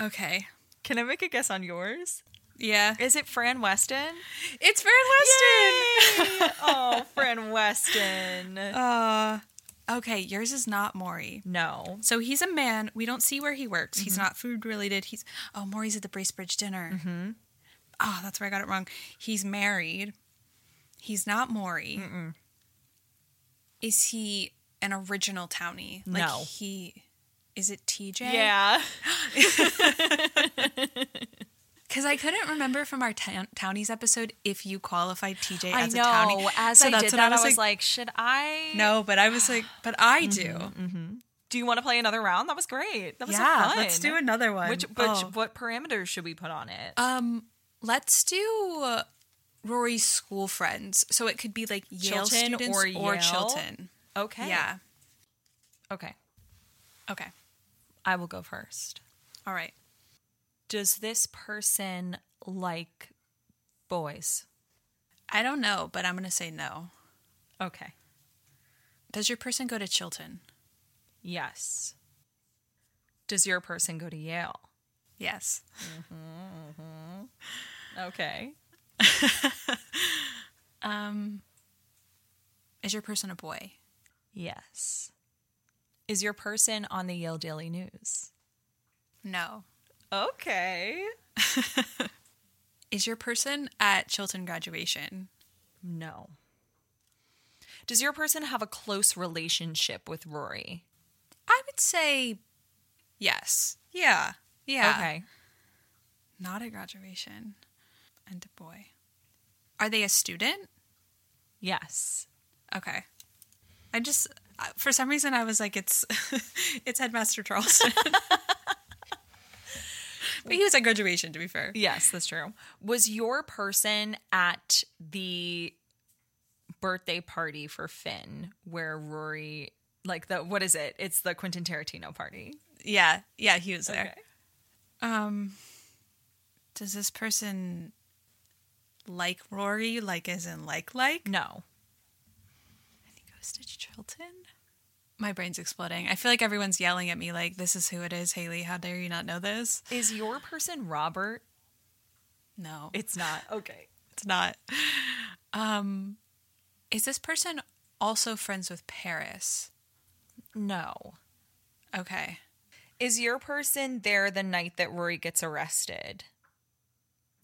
S1: Okay.
S2: Can I make a guess on yours?
S1: Yeah.
S2: Is it Fran Weston?
S1: It's Fran Weston.
S2: oh, Fran Weston.
S1: Uh, okay, yours is not Maury.
S2: No.
S1: So he's a man. We don't see where he works. He's
S2: Mm-hmm.
S1: not food related. He's oh, Maury's at the Bracebridge dinner. Mm-hmm. Oh, that's where I got it wrong. He's married. He's not Maury. Is he an original townie? Like
S2: No.
S1: he is it TJ?
S2: Yeah.
S1: Because I couldn't remember from our town townies episode if you qualified TJ
S2: I
S1: as
S2: know.
S1: a townie.
S2: As
S1: So
S2: I
S1: that's
S2: did
S1: what
S2: that, I was, like, should I?
S1: no, but I was like, but I do.
S2: Do you want to play another round? That was great. That was so
S1: Mm-hmm. Yeah,
S2: fun.
S1: let's do another one.
S2: Which, which
S1: Oh.
S2: what parameters should we put on it?
S1: Um, let's do uh, Rory's school friends. So it could be like Yale
S2: Chilton
S1: students
S2: or
S1: or,
S2: Yale?
S1: Chilton.
S2: okay.
S1: Yeah.
S2: Okay.
S1: Okay.
S2: I will go first.
S1: All right.
S2: Does this person like boys?
S1: I don't know, but I'm gonna say no.
S2: Okay.
S1: Does your person go to Chilton?
S2: Yes. Does your person go to Yale?
S1: Yes.
S2: Okay.
S1: Um, is your person a boy?
S2: Yes. Is your person on the Yale Daily News?
S1: No.
S2: Okay.
S1: Is your person at Chilton graduation?
S2: No. Does your person have a close relationship with Rory?
S1: I would say yes. Yeah.
S2: Uh,
S1: Yeah.
S2: Okay.
S1: Not at graduation. And a boy. Are they a student?
S2: Yes.
S1: Okay. I just I- for some reason I was like it's it's headmaster Charleston. but he was at graduation to be fair.
S2: Yes, that's true. Was your person at the birthday party for Finn where Rory like the what is it? It's the Quentin Tarantino party.
S1: Yeah. Yeah, he was there.
S2: Okay.
S1: Um does this person like Rory like as in like like?
S2: No.
S1: I think it was Stitch Chilton. My brain's exploding. I feel like everyone's yelling at me like this is who it is, Haley. How dare you not know this?
S2: Is your person Robert?
S1: No.
S2: It's not. Okay.
S1: It's not. Um, is this person also friends with Paris?
S2: No.
S1: Okay.
S2: Is your person there the night that Rory gets arrested?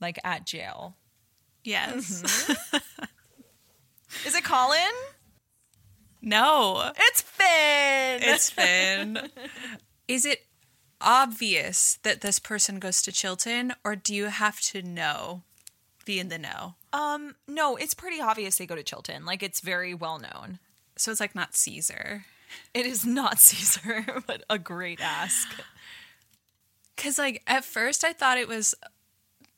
S2: Like at jail?
S1: Yes.
S2: Is it Colin?
S1: No.
S2: It's Finn.
S1: It's Finn. is it obvious that this person goes to Chilton, or do you have to know, be in the know?
S2: um no, it's pretty obvious they go to Chilton. Like it's very well known.
S1: So it's like not Caesar.
S2: It is not Caesar, but a great ask.
S1: Because, like, at first I thought it was.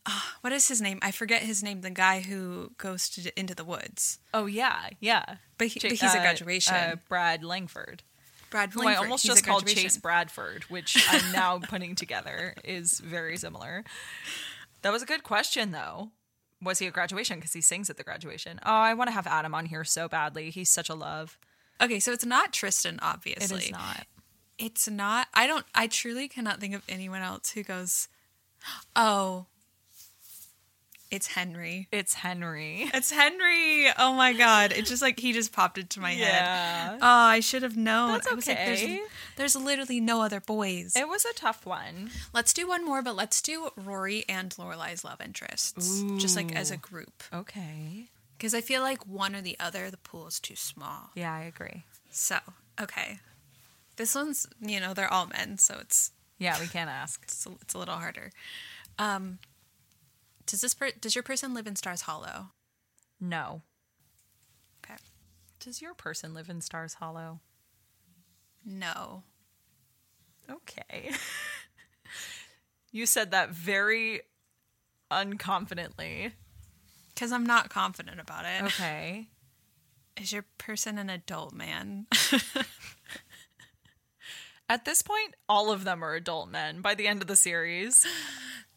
S1: ah, what is his name? I forget his name. The guy who goes to, into the woods.
S2: Oh yeah, yeah.
S1: But he-
S2: Ja-
S1: but he's at
S2: uh,
S1: graduation.
S2: uh, Brad Langford.
S1: Brad
S2: Who I
S1: Langford,
S2: almost
S1: he's
S2: just
S1: at
S2: called
S1: graduation.
S2: Chase Bradford, which I'm now putting together is very similar. That was a good question though. Was he at graduation? Because he sings at the graduation. Oh, I want to have Adam on here so badly. He's such a love.
S1: Okay, so it's not Tristan,
S2: It
S1: obviously.
S2: is not.
S1: It's not. I don't. I truly cannot think of anyone else who goes. Oh, it's Henry.
S2: It's Henry.
S1: It's Henry. Oh my god! It just like he just popped into my head.
S2: Yeah.
S1: Oh, I should have known.
S2: That's
S1: I was like,
S2: okay.
S1: there's, there's literally no other boys.
S2: It was a tough one.
S1: let's do one more, but let's do Rory and Lorelai's love interests, just like as a group,
S2: Okay.
S1: because I feel like one or the other, the pool is too small.
S2: Yeah, I agree.
S1: So okay, this one's you know they're all men, so it's
S2: Yeah, we can't ask.
S1: it's a, it's a little harder. Um, does this per- does your person live in Stars Hollow?
S2: No.
S1: Okay,
S2: Does your person live in Stars Hollow?
S1: no.
S2: Okay. you said that very unconfidently.
S1: Because I'm not confident about it. Is
S2: Okay.
S1: your person an adult man?
S2: At this point, all of them are adult men by the end of the series.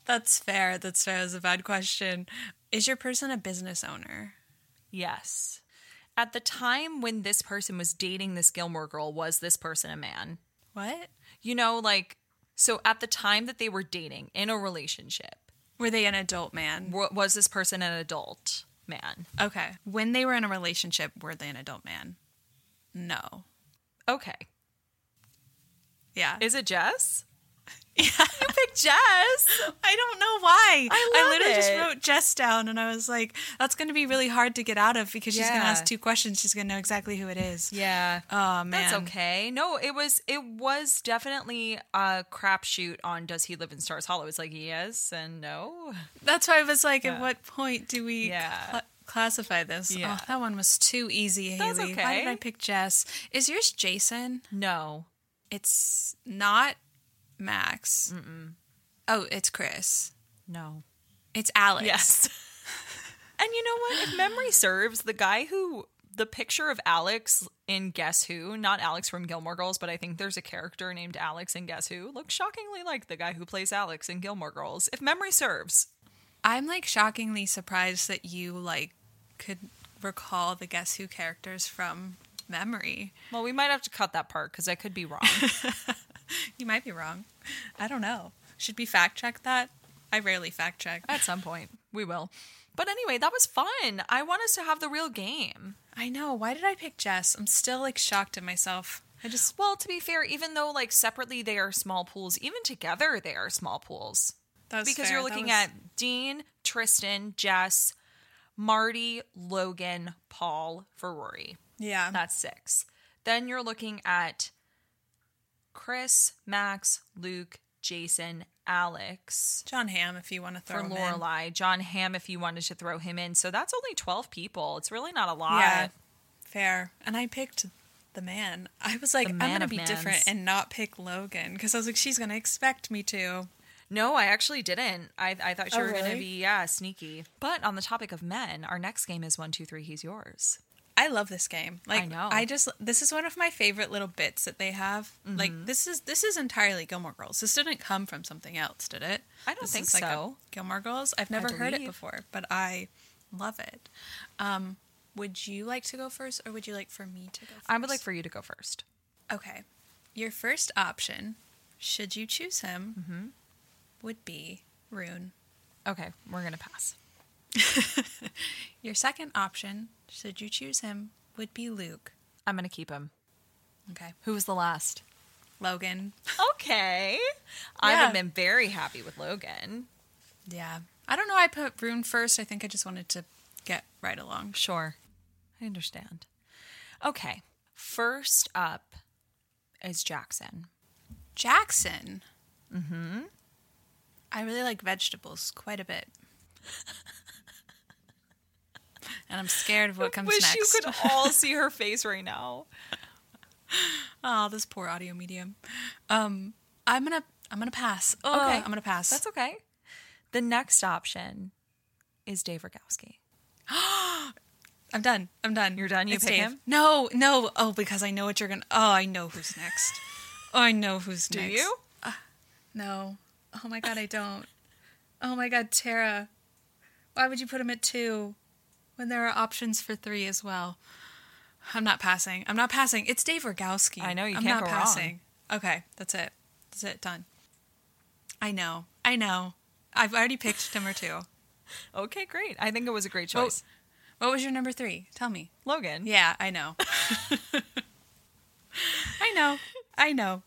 S1: That's fair. That's fair. That's a bad question. Is your person a business owner?
S2: Yes. At the time when this person was dating this Gilmore girl, was this person a man?
S1: What?
S2: You know, like, so at the time that they were dating in a relationship,
S1: Were they an adult man?
S2: wa- was this person an adult man?
S1: Okay. When they were in a relationship, were they an adult man? No.
S2: Okay.
S1: Yeah.
S2: Is it Jess? Yeah. You picked Jess.
S1: I don't know why.
S2: I love
S1: literally just
S2: it.
S1: wrote Jess down and I was like, that's going to be really hard to get out of because she's going to
S2: Yeah.
S1: ask two questions. She's going to know exactly who it is.
S2: Yeah.
S1: Oh, man.
S2: That's okay. No, it was it was definitely a crapshoot on does he live in Stars Hollow? It's like yes and no.
S1: That's why I was like, at
S2: Yeah.
S1: what point do we
S2: Yeah.
S1: cla- classify this?
S2: Yeah.
S1: Oh, that one was too easy, Haley.
S2: That's
S1: Why did
S2: okay.
S1: I pick Jess? Is yours Jason?
S2: No.
S1: It's not Max. Oh, it's Chris.
S2: No.
S1: It's Alex.
S2: Yes. and you know what? If memory serves, the guy who the picture of Alex in Guess Who, not Alex from Gilmore Girls, but I think there's a character named Alex in Guess Who, looks shockingly like the guy who plays Alex in Gilmore Girls. If memory serves.
S1: I'm like shockingly surprised that you like could recall the Guess Who characters from memory.
S2: Well, we might have to cut that part because I could be wrong.
S1: You might be wrong. I don't know. Should we fact check that? I rarely fact check.
S2: At some point, we will. But anyway, that was fun. I want us to have the real game.
S1: I know. Why did I pick Jess? I'm still like shocked at myself. I just
S2: Well, to be fair, even though like separately they are small pools, even together they are small pools
S1: that was
S2: because
S1: fair.
S2: you're
S1: That
S2: looking
S1: was-
S2: at Dean, Tristan, Jess, Marty, Logan, Paul for Rory.
S1: yeah.
S2: That's six. Then you're looking at Chris, Max, Luke, Jason, Alex
S1: John Hamm, if you want to throw
S2: for
S1: him in.
S2: Lorelai, John Hamm if you wanted to throw him in. So that's only 12 people. It's really not a lot.
S1: Yeah, fair. And I picked the man. I was like,
S2: The
S1: I'm
S2: man
S1: gonna
S2: of
S1: be
S2: mans.
S1: different and not pick Logan because I was like, she's gonna expect me to.
S2: No, I actually didn't. I, I thought you
S1: Oh,
S2: were going to
S1: really?
S2: be, yeah, sneaky. But on the topic of men, our next game is 1, 2, 3, he's yours.
S1: I love this game. Like I
S2: know.
S1: just this is one of my favorite little bits that they have.
S2: Mm-hmm.
S1: Like this is this is entirely Gilmore Girls. This didn't come from something else, did it?
S2: I don't
S1: This
S2: think
S1: is, like, a
S2: so.
S1: Gilmore Girls. I've never heard it
S2: believe.
S1: before, but I love it. Um, would you like to go first, or would you like for me to go? first?
S2: I would like for you to go first.
S1: Okay, your first option, should you choose him,
S2: Mm-hmm.
S1: would be Rune.
S2: Okay, we're going to pass.
S1: Your second option, should you choose him, would be Luke.
S2: I'm going to keep him.
S1: Okay,
S2: Who was the last?
S1: Logan.
S2: Okay. I would have
S1: Yeah.
S2: been very happy with Logan.
S1: Yeah. I don't know why I put Rune first. I think I just wanted to get right along.
S2: Sure. I understand. Okay. First up is Jackson.
S1: Jackson. Mm-hmm. I really like vegetables quite a bit. and I'm scared of what comes
S2: Wish
S1: next.
S2: you could all see her face right now.
S1: Oh, this poor audio medium. Um I'm gonna I'm gonna pass. Oh, okay. I'm gonna pass.
S2: That's okay. The next option is Dave Rogowski.
S1: I'm done. I'm done.
S2: You're done? You
S1: It's
S2: pick
S1: Dave.
S2: him?
S1: No, no. Oh, because I know what you're gonna. Oh, I know who's next. Oh, I know who's
S2: Do
S1: next.
S2: you?
S1: No. Oh my god, I don't. Oh my god, Tara. Why would you put him at two when there are options for three as well? I'm not passing. I'm not passing. It's Dave Rogowski.
S2: I know, you
S1: I'm
S2: can't
S1: not
S2: go wrong.
S1: passing. Okay, that's it. That's it. Done. I know. I know. I've already picked number two.
S2: Okay, great. I think it was a great
S1: Oh.
S2: choice.
S1: What was your number three? Tell me.
S2: Logan.
S1: Yeah, I know. I know. I know.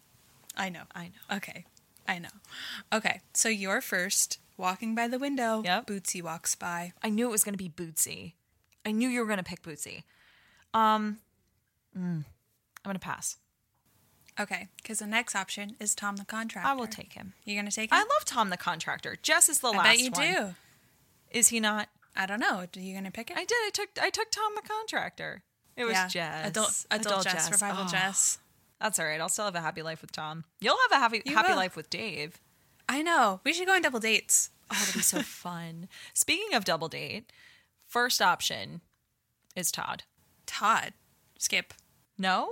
S1: I know.
S2: I know.
S1: Okay. I know. Okay. So you're first walking by the window.
S2: Yep.
S1: Bootsy walks by.
S2: I knew it was going to be Bootsy. I knew you were going to pick Bootsy. Um, mm, I'm going to pass.
S1: Okay. Because the next option is Tom the contractor.
S2: I will take him.
S1: You're going to take him?
S2: I love Tom the contractor. Jess is the
S1: I
S2: last
S1: bet you
S2: one.
S1: do.
S2: Is he not?
S1: I don't know. Are you going to pick it?
S2: I did. I took I took Tom the contractor. It was Jess.
S1: Adult, adult, Jess, Revival
S2: Oh,
S1: Jess.
S2: That's all right. I'll still have a happy life with Tom. You'll have a happy
S1: You
S2: happy
S1: will.
S2: life with Dave.
S1: I know. We should go on double dates.
S2: Oh, that'd be so fun. Speaking of double date, first option is Todd.
S1: Todd. Skip.
S2: No?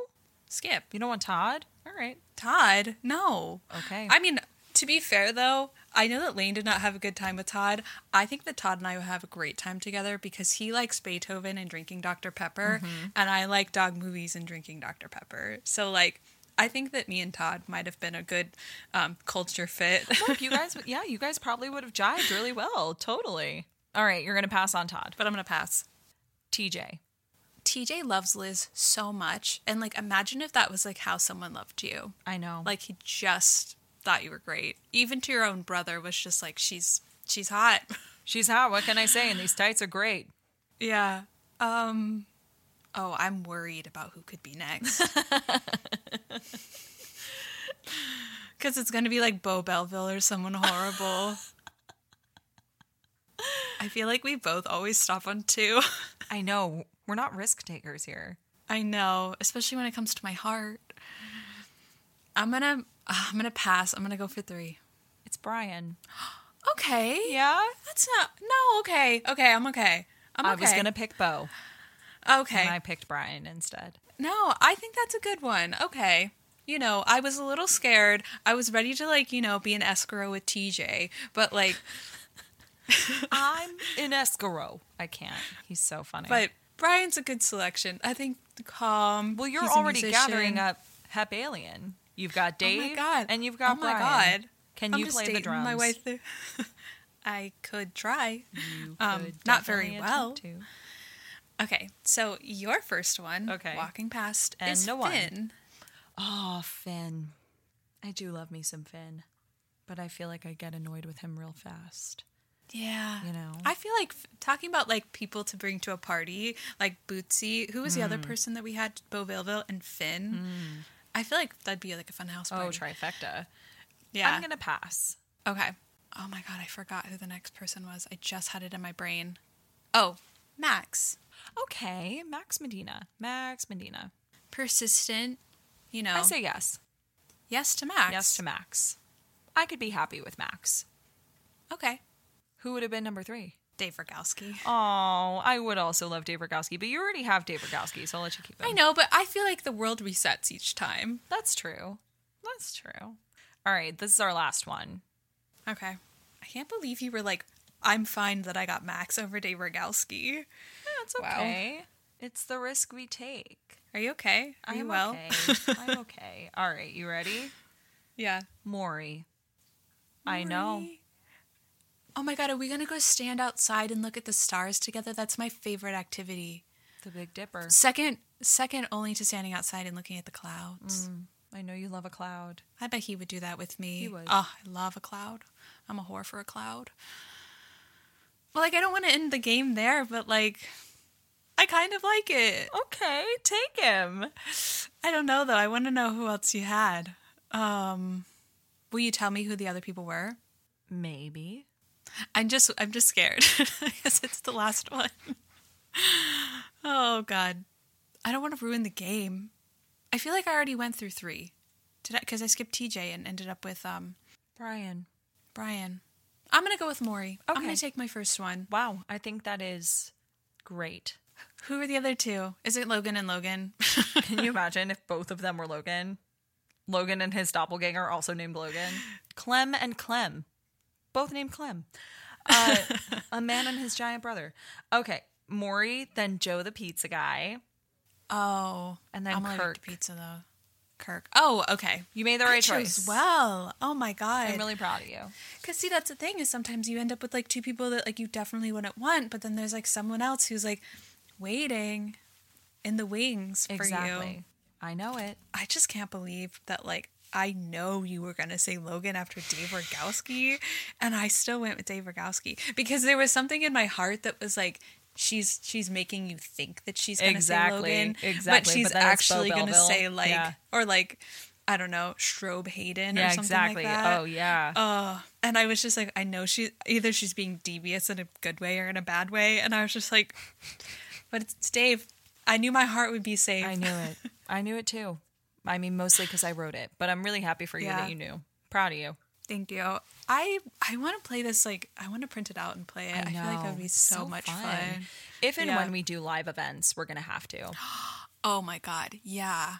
S1: Skip.
S2: You don't want Todd? All right.
S1: Todd, no.
S2: Okay.
S1: I mean, to be fair though, I know that Lane did not have a good time with Todd. I think that Todd and I will have a great time together because he likes Beethoven and drinking Dr. Pepper, and I like dog movies and drinking Dr. Pepper. So like, I think that me and Todd might have been a good um, culture fit.
S2: Look, you guys yeah, you guys probably would have jived really well. Totally. All right, you're gonna pass on Todd.
S1: but I'm gonna pass.
S2: TJ.
S1: TJ loves Liz so much, and like, imagine if that was like how someone loved you.
S2: I know.
S1: Like he just thought you were great. Even to your own brother was just like, she's she's hot.
S2: she's hot, what can I say? And these tights are great.
S1: Yeah. Um Oh, I'm worried about who could be next. Cuz it's going to be like Bo Belleville or someone horrible. I feel like we both always stop on two.
S2: I know. We're not risk takers here.
S1: I know, especially when it comes to my heart. I'm going to I'm going to pass. I'm going to go for 3.
S2: It's Brian.
S1: Okay.
S2: Yeah?
S1: That's not No, okay. Okay, I'm okay. I'm okay.
S2: I was gonna pick Bo.
S1: Okay.
S2: And I picked Brian instead.
S1: No, I think that's a good one. Okay. You know, I was a little scared. I was ready to like, you know, be an escrow with TJ, but like
S2: I'm in escrow. I can't. He's so funny.
S1: but Brian's a good selection. I think calm.
S2: well, you're
S1: he's a
S2: already
S1: musician.
S2: gathering up Hep Alien. You've got
S1: Oh
S2: Dave.
S1: my god.
S2: And you've got
S1: Oh
S2: Brian.
S1: my god.
S2: Can
S1: I'm
S2: you
S1: just
S2: play the
S1: dating
S2: drums?
S1: My way through. I could try.
S2: You
S1: um,
S2: could
S1: not very
S2: definitely
S1: well.
S2: attempt
S1: Okay. So your first one,
S2: Okay.
S1: walking past
S2: And
S1: is
S2: no one.
S1: Finn.
S2: to. Oh, Finn. I do love me some Finn, but I feel like I get annoyed with him real fast.
S1: Yeah.
S2: You know?
S1: I feel like f- talking about like people to bring to a party, like Bootsy, who was the other person that we had, Mm. Oh, Bo Belleville and Finn. I feel like that'd be like a fun house party.
S2: Oh, trifecta.
S1: Yeah.
S2: I'm gonna pass.
S1: Okay. Oh my god, I forgot who the next person was. I just had it in my brain. Oh, Max.
S2: Okay, Max Medina. Max Medina.
S1: Persistent, you know.
S2: I say yes.
S1: yes to Max.
S2: Yes to Max. I could be happy with Max.
S1: Okay.
S2: Who would have been number three?
S1: Dave Rogowski.
S2: Oh, I would also love Dave Rogowski, but you already have Dave Rogowski, so I'll let you keep him.
S1: I know, but I feel like the world resets each time.
S2: That's true. That's true. All right, this is our last one.
S1: Okay. I can't believe you were like, I'm fine that I got Max over Dave Rogowski.
S2: That's okay. It's the risk we take.
S1: Are you okay? Are you
S2: I'm
S1: well?
S2: okay. I'm okay. All right, you ready?
S1: yeah.
S2: Maury. I know.
S1: Maury. Oh my god, are we gonna go stand outside and look at the stars together? That's my favorite activity.
S2: The Big Dipper.
S1: Second second only to standing outside and looking at the clouds.
S2: I know you love a cloud.
S1: I bet he would do that with me.
S2: Mm. He would.
S1: Oh, I love a cloud. I'm a whore for a cloud. Well, like I don't want to end the game there, but like I kind of like it.
S2: Okay, take him.
S1: I don't know though. I want to know who else you had. Um will you tell me who the other people were?
S2: Maybe.
S1: I'm just I'm just scared because it's the last one. oh god. I don't want to ruin the game. I feel like I already went through 3. Did I cuz I skipped TJ and ended up with um
S2: Brian.
S1: Brian. I'm going to go with Maury. I'm going
S2: Okay.
S1: to take my first one.
S2: Wow, I think that is great.
S1: Who are the other two? Is it Logan and Logan?
S2: Can you imagine if both of them were Logan? Logan and his doppelganger, also named Logan. Clem and Clem, both named Clem. Uh, a man and his giant brother. Okay, Maury, then Joe the pizza guy.
S1: oh.
S2: And then
S1: I'm allergic to
S2: Kirk.
S1: pizza though. Kirk. Oh, okay.
S2: You made the right
S1: I
S2: choice.
S1: chose well. Oh my god.
S2: I'm really proud of you.
S1: Cause see, that's the thing is sometimes you end up with like two people that like you definitely wouldn't want, but then there's like someone else who's like waiting in the wings for
S2: Exactly.
S1: you.
S2: I know it.
S1: I just can't believe that like I know you were gonna say Logan after Dave Rogowski, and I still went with Dave Rogowski because there was something in my heart that was like. She's she's making you think that she's gonna
S2: Exactly,
S1: say Logan, but
S2: exactly,
S1: she's
S2: but then it's Bo
S1: actually gonna
S2: Belleville.
S1: say like
S2: Yeah.
S1: or like I don't know Strobe Hayden or
S2: Yeah,
S1: something
S2: exactly.
S1: like that.
S2: oh, yeah.
S1: Uh, and I was just like, I know she either she's being devious in a good way or in a bad way, and I was just like, but it's Dave. I knew my heart would be safe.
S2: I knew it. I knew it too. I mean, mostly because I wrote it, but I'm really happy for you
S1: Yeah.
S2: that you knew. Proud of you.
S1: Thank you. I I want to play this like I want to print it out and play it. I, feel like that would be
S2: it's
S1: so, much fun.
S2: If and
S1: Yeah.
S2: when we do live events, we're gonna have to
S1: Oh my god, yeah,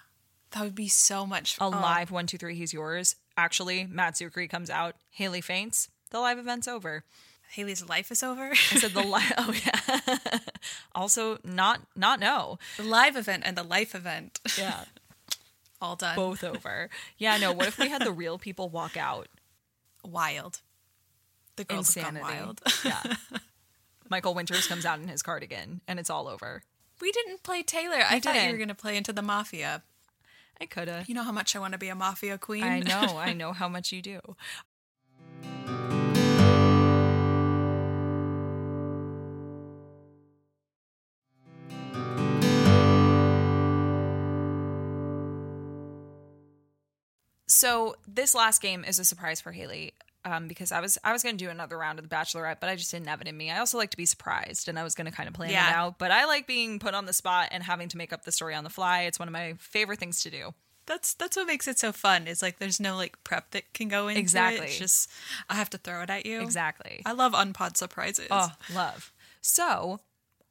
S1: that would be so much
S2: a
S1: fun.
S2: live one two three. He's yours. Actually, Matsukri comes out. Haley faints. The live event's over.
S1: Haley's life is over.
S2: I said the live. Oh yeah. also, not not no.
S1: the live event and the life event
S2: Yeah,
S1: all done.
S2: both over. Yeah, no. What if we had the real people walk out?
S1: Wild. The girls have
S2: Insanity.
S1: gone Oh, wild.
S2: Yeah. Michael Winters comes out in his cardigan, and it's all over.
S1: we didn't play Taylor. I thought you
S2: didn't.
S1: were gonna play into the mafia.
S2: I coulda.
S1: You know how much I want to be a mafia queen.
S2: I know. I know how much you do. So this last game is a surprise for Haley um, because I was I was going to do another round of the Bachelorette, but I just didn't have it in me. I also like to be surprised, and I was going to kind of plan it
S1: Yeah.
S2: out. But I like being put on the spot and having to make up the story on the fly. It's one of my favorite things to do.
S1: That's that's what makes it so fun. Is like there's no like prep that can go into
S2: Exactly.
S1: it. It's just I have to throw it at you.
S2: Exactly.
S1: I love unpod surprises.
S2: Oh, love. So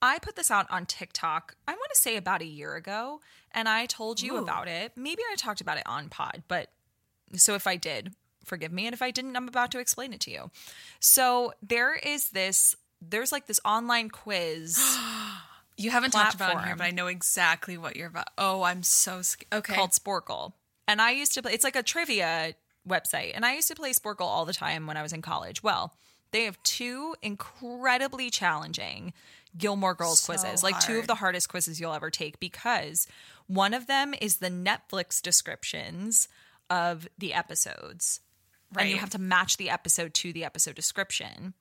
S2: I put this out on TikTok, I want to say about a year ago, and I told you
S1: Ooh.
S2: about it. Maybe I talked about it on pod, but so if I did, forgive me. And if I didn't, I'm about to explain it to you. So there is this, there's like this online quiz
S1: you haven't talked about it here,
S2: platform.
S1: but I know exactly what you're about. Oh, I'm so scared. Okay.
S2: called Sporkle. And I used to play, it's like a trivia website. And I used to play Sporkle all the time when I was in college. Well, they have two incredibly challenging Gilmore Girls
S1: So
S2: quizzes, like two of
S1: hard.
S2: the hardest quizzes you'll ever take, because one of them is the Netflix descriptions of the episodes. And you
S1: Right.
S2: have to match the episode to the episode description.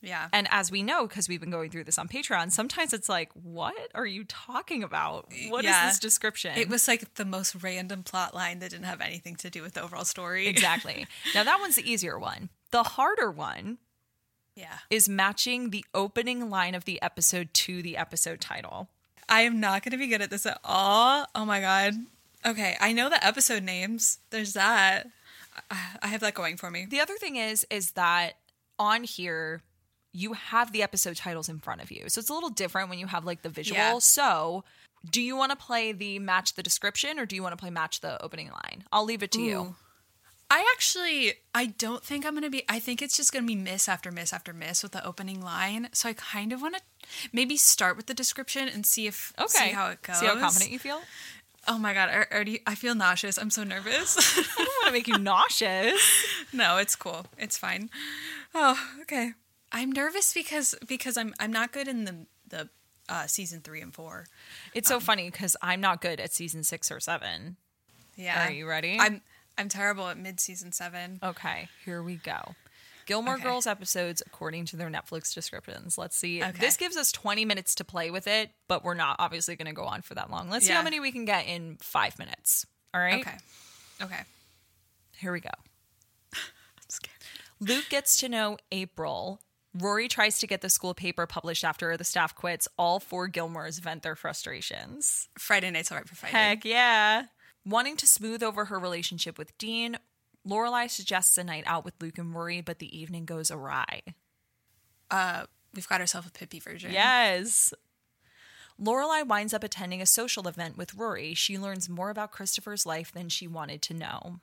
S1: Yeah.
S2: And as we know, because we've been going through this on Patreon, sometimes it's like, what are you talking about? What is
S1: Yeah.
S2: this description?
S1: It was like the most random plot line that didn't have anything to do with the overall story.
S2: exactly. now, that one's the easier one. The harder one
S1: Yeah.
S2: is matching the opening line of the episode to the episode title.
S1: I am not going to be good at this at all. Oh my God. Okay. I know the episode names. There's that. I, I have that going for me.
S2: The other thing is, is that on here, you have the episode titles in front of you. So it's a little different when you have like the visual.
S1: Yeah.
S2: So do you want to play the match the description or do you want to play match the opening line? I'll leave it to you.
S1: Ooh. I actually, I don't think I'm going to be, I think it's just going to be miss after miss after miss with the opening line. So I kind of want to maybe start with the description and see if,
S2: Okay.
S1: see how it goes.
S2: See how confident you feel?
S1: Oh my God. I, already, I feel nauseous. I'm so nervous.
S2: I don't want to make you nauseous.
S1: no, it's cool. It's fine. Oh, okay. I'm nervous because, because I'm, I'm not good in the, the, uh, season three and four.
S2: It's
S1: Um.
S2: so funny because I'm not good at season six or seven.
S1: Yeah.
S2: Are you ready?
S1: I'm I'm terrible at mid season seven.
S2: Okay, here we go. Gilmore
S1: Okay.
S2: Girls episodes according to their Netflix descriptions. Let's see.
S1: Okay.
S2: This gives us 20 minutes to play with it, but we're not obviously going to go on for that long. Let's see how
S1: Yeah.
S2: many we can get in five minutes. All right.
S1: Okay. Okay.
S2: Here we go.
S1: I'm scared.
S2: Luke gets to know April. Rory tries to get the school paper published after the staff quits. All four Gilmores vent their frustrations.
S1: Friday night's alright for Friday.
S2: Heck yeah. Wanting to smooth over her relationship with Dean, Lorelai suggests a night out with Luke and Rory, but the evening goes awry.
S1: Uh we've got ourselves a Pippi version.
S2: Yes. Lorelai winds up attending a social event with Rory. She learns more about Christopher's life than she wanted to know.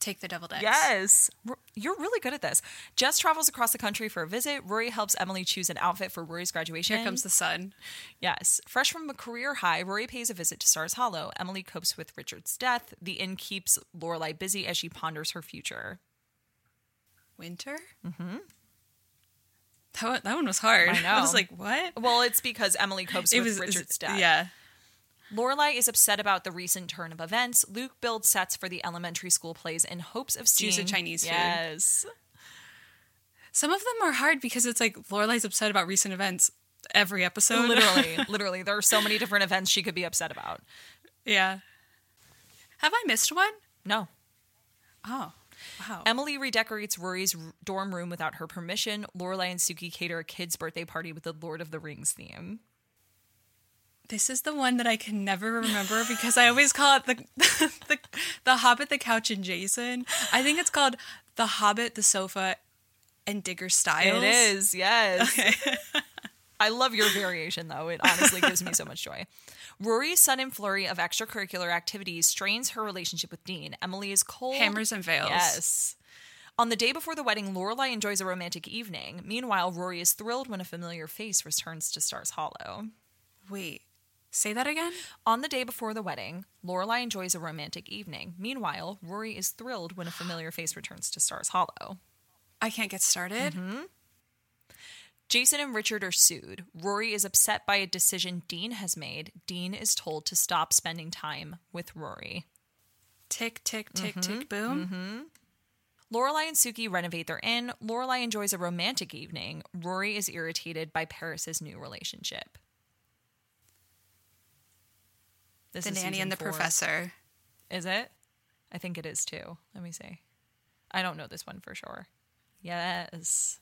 S1: Take the double decks.
S2: Yes. R- You're really good at this. Jess travels across the country for a visit. Rory helps Emily choose an outfit for Rory's graduation.
S1: Here comes the sun.
S2: Yes. Fresh from a career high, Rory pays a visit to Stars Hollow. Emily copes with Richard's death. The inn keeps Lorelai busy as she ponders her future.
S1: Winter? Mm-hmm. That one, that one was hard.
S2: I
S1: I was
S2: know.
S1: like, what?
S2: Well, it's because Emily copes with Richard's death.
S1: Yeah.
S2: Lorelai is upset about the recent turn of events. Luke builds sets for the elementary school plays in hopes of seeing
S1: Choose a Chinese food.
S2: Yes.
S1: Some of them are hard because it's like Lorelai's upset about recent events every episode.
S2: literally, literally, there are so many different events she could be upset about.
S1: yeah. Have I missed one?
S2: No,
S1: Oh. Wow.
S2: Emily redecorates Rory's r- dorm room without her permission. Lorelai and Suki cater a kid's birthday party with the Lord of the Rings theme.
S1: This is the one that I can never remember because I always call it the the, the Hobbit, the couch, and Jason. I think it's called the Hobbit, the sofa, and Digger Styles.
S2: It is, yes. I love your variation, though. It honestly gives me so much joy. Rory's sudden flurry of extracurricular activities strains her relationship with Dean. Emily is cold.
S1: Hammers and veils.
S2: Yes. On the day before the wedding, Lorelai enjoys a romantic evening. Meanwhile, Rory is thrilled when a familiar face returns to Stars Hollow.
S1: Wait, say that again.
S2: On the day before the wedding, Lorelai enjoys a romantic evening. Meanwhile, Rory is thrilled when a familiar face returns to Stars Hollow.
S1: I can't get started.
S2: Jason and Richard are sued. Rory is upset by a decision Dean has made. Dean is told to stop spending time with Rory.
S1: Tick tick tick tick boom.
S2: Lorelai and Suki renovate their inn. Lorelai enjoys a romantic evening. Rory is irritated by Paris's new relationship. This
S1: The
S2: is
S1: nanny
S2: season
S1: and the
S2: four.
S1: professor.
S2: Is it? I think it is too. Let me see. I don't know this one for sure. Yes.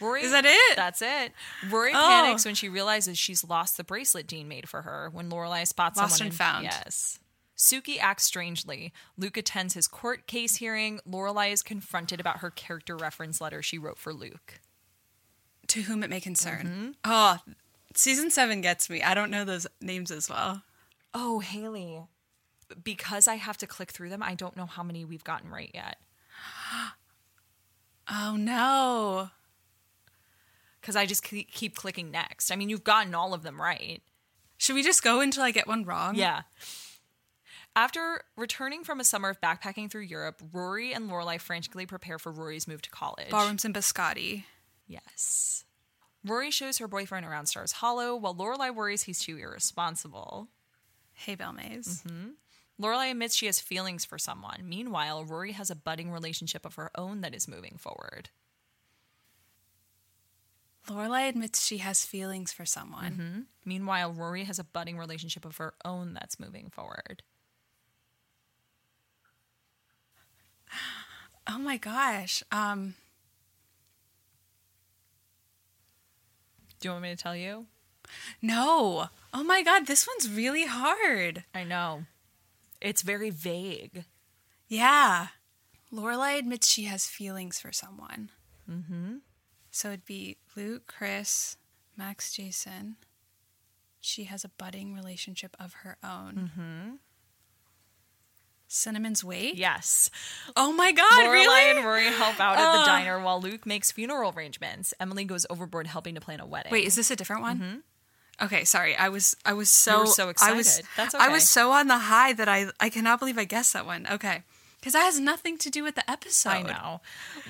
S2: Rory,
S1: Is that it?
S2: That's it. Rory
S1: Oh.
S2: panics when she realizes she's lost the bracelet Dean made for her when Lorelai spots
S1: Lost
S2: someone.
S1: and found.
S2: Yes. Suki acts strangely. Luke attends his court case hearing. Lorelai is confronted about her character reference letter she wrote for Luke.
S1: To whom it may concern. Oh, season seven gets me. I don't know those names as well.
S2: Oh, Haley. Because I have to click through them, I don't know how many we've gotten right yet.
S1: Oh no.
S2: Because I just ke- keep clicking next. I mean, you've gotten all of them right.
S1: Should we just go until I get one wrong?
S2: Yeah. After returning from a summer of backpacking through Europe, Rory and Lorelai frantically prepare for Rory's move to college.
S1: Ballrooms and biscotti.
S2: Yes. Rory shows her boyfriend around Stars Hollow, while Lorelai worries he's too irresponsible.
S1: Hey, Belle Mays.
S2: Lorelai admits she has feelings for someone. Meanwhile, Rory has a budding relationship of her own that is moving forward.
S1: Lorelai admits she has feelings for someone.
S2: Meanwhile, Rory has a budding relationship of her own that's moving forward.
S1: Oh my gosh. Um,
S2: Do you want me to tell you?
S1: no. Oh my god, this one's really hard.
S2: I know. It's very vague.
S1: Yeah. Lorelai admits she has feelings for someone. Mm-hmm. So it'd be Luke, Chris, Max, Jason. She has a budding relationship of her own. Mm-hmm. Cinnamon's wait.
S2: Yes.
S1: Oh my god,
S2: Lorelai
S1: really? Uh,
S2: and Rory help out at the
S1: Ugh.
S2: diner while Luke makes funeral arrangements. Emily goes overboard helping to plan a wedding.
S1: Wait, is this a different one? Okay, sorry. I was I was so
S2: Mm-hmm. were so
S1: I was,
S2: excited. That's
S1: I was
S2: okay.
S1: so on the high that I I cannot believe I guessed that one. Okay, because that has nothing to do with the episode.
S2: I know.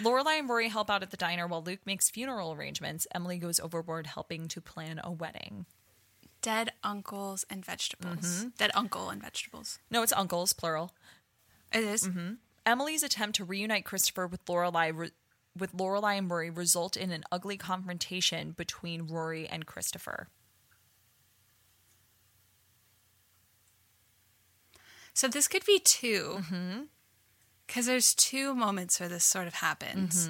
S2: Lorelai and Rory help out at the diner while Luke makes funeral arrangements. Emily goes overboard helping to plan a wedding.
S1: Dead uncles and vegetables. Dead uncle and vegetables.
S2: No, it's uncles, plural.
S1: It is?
S2: Emily's attempt to reunite Christopher with Lorelai re- with Lorelai and Rory result in an ugly confrontation between Rory and Christopher.
S1: So this could be 2 because there's two moments where this sort of happens.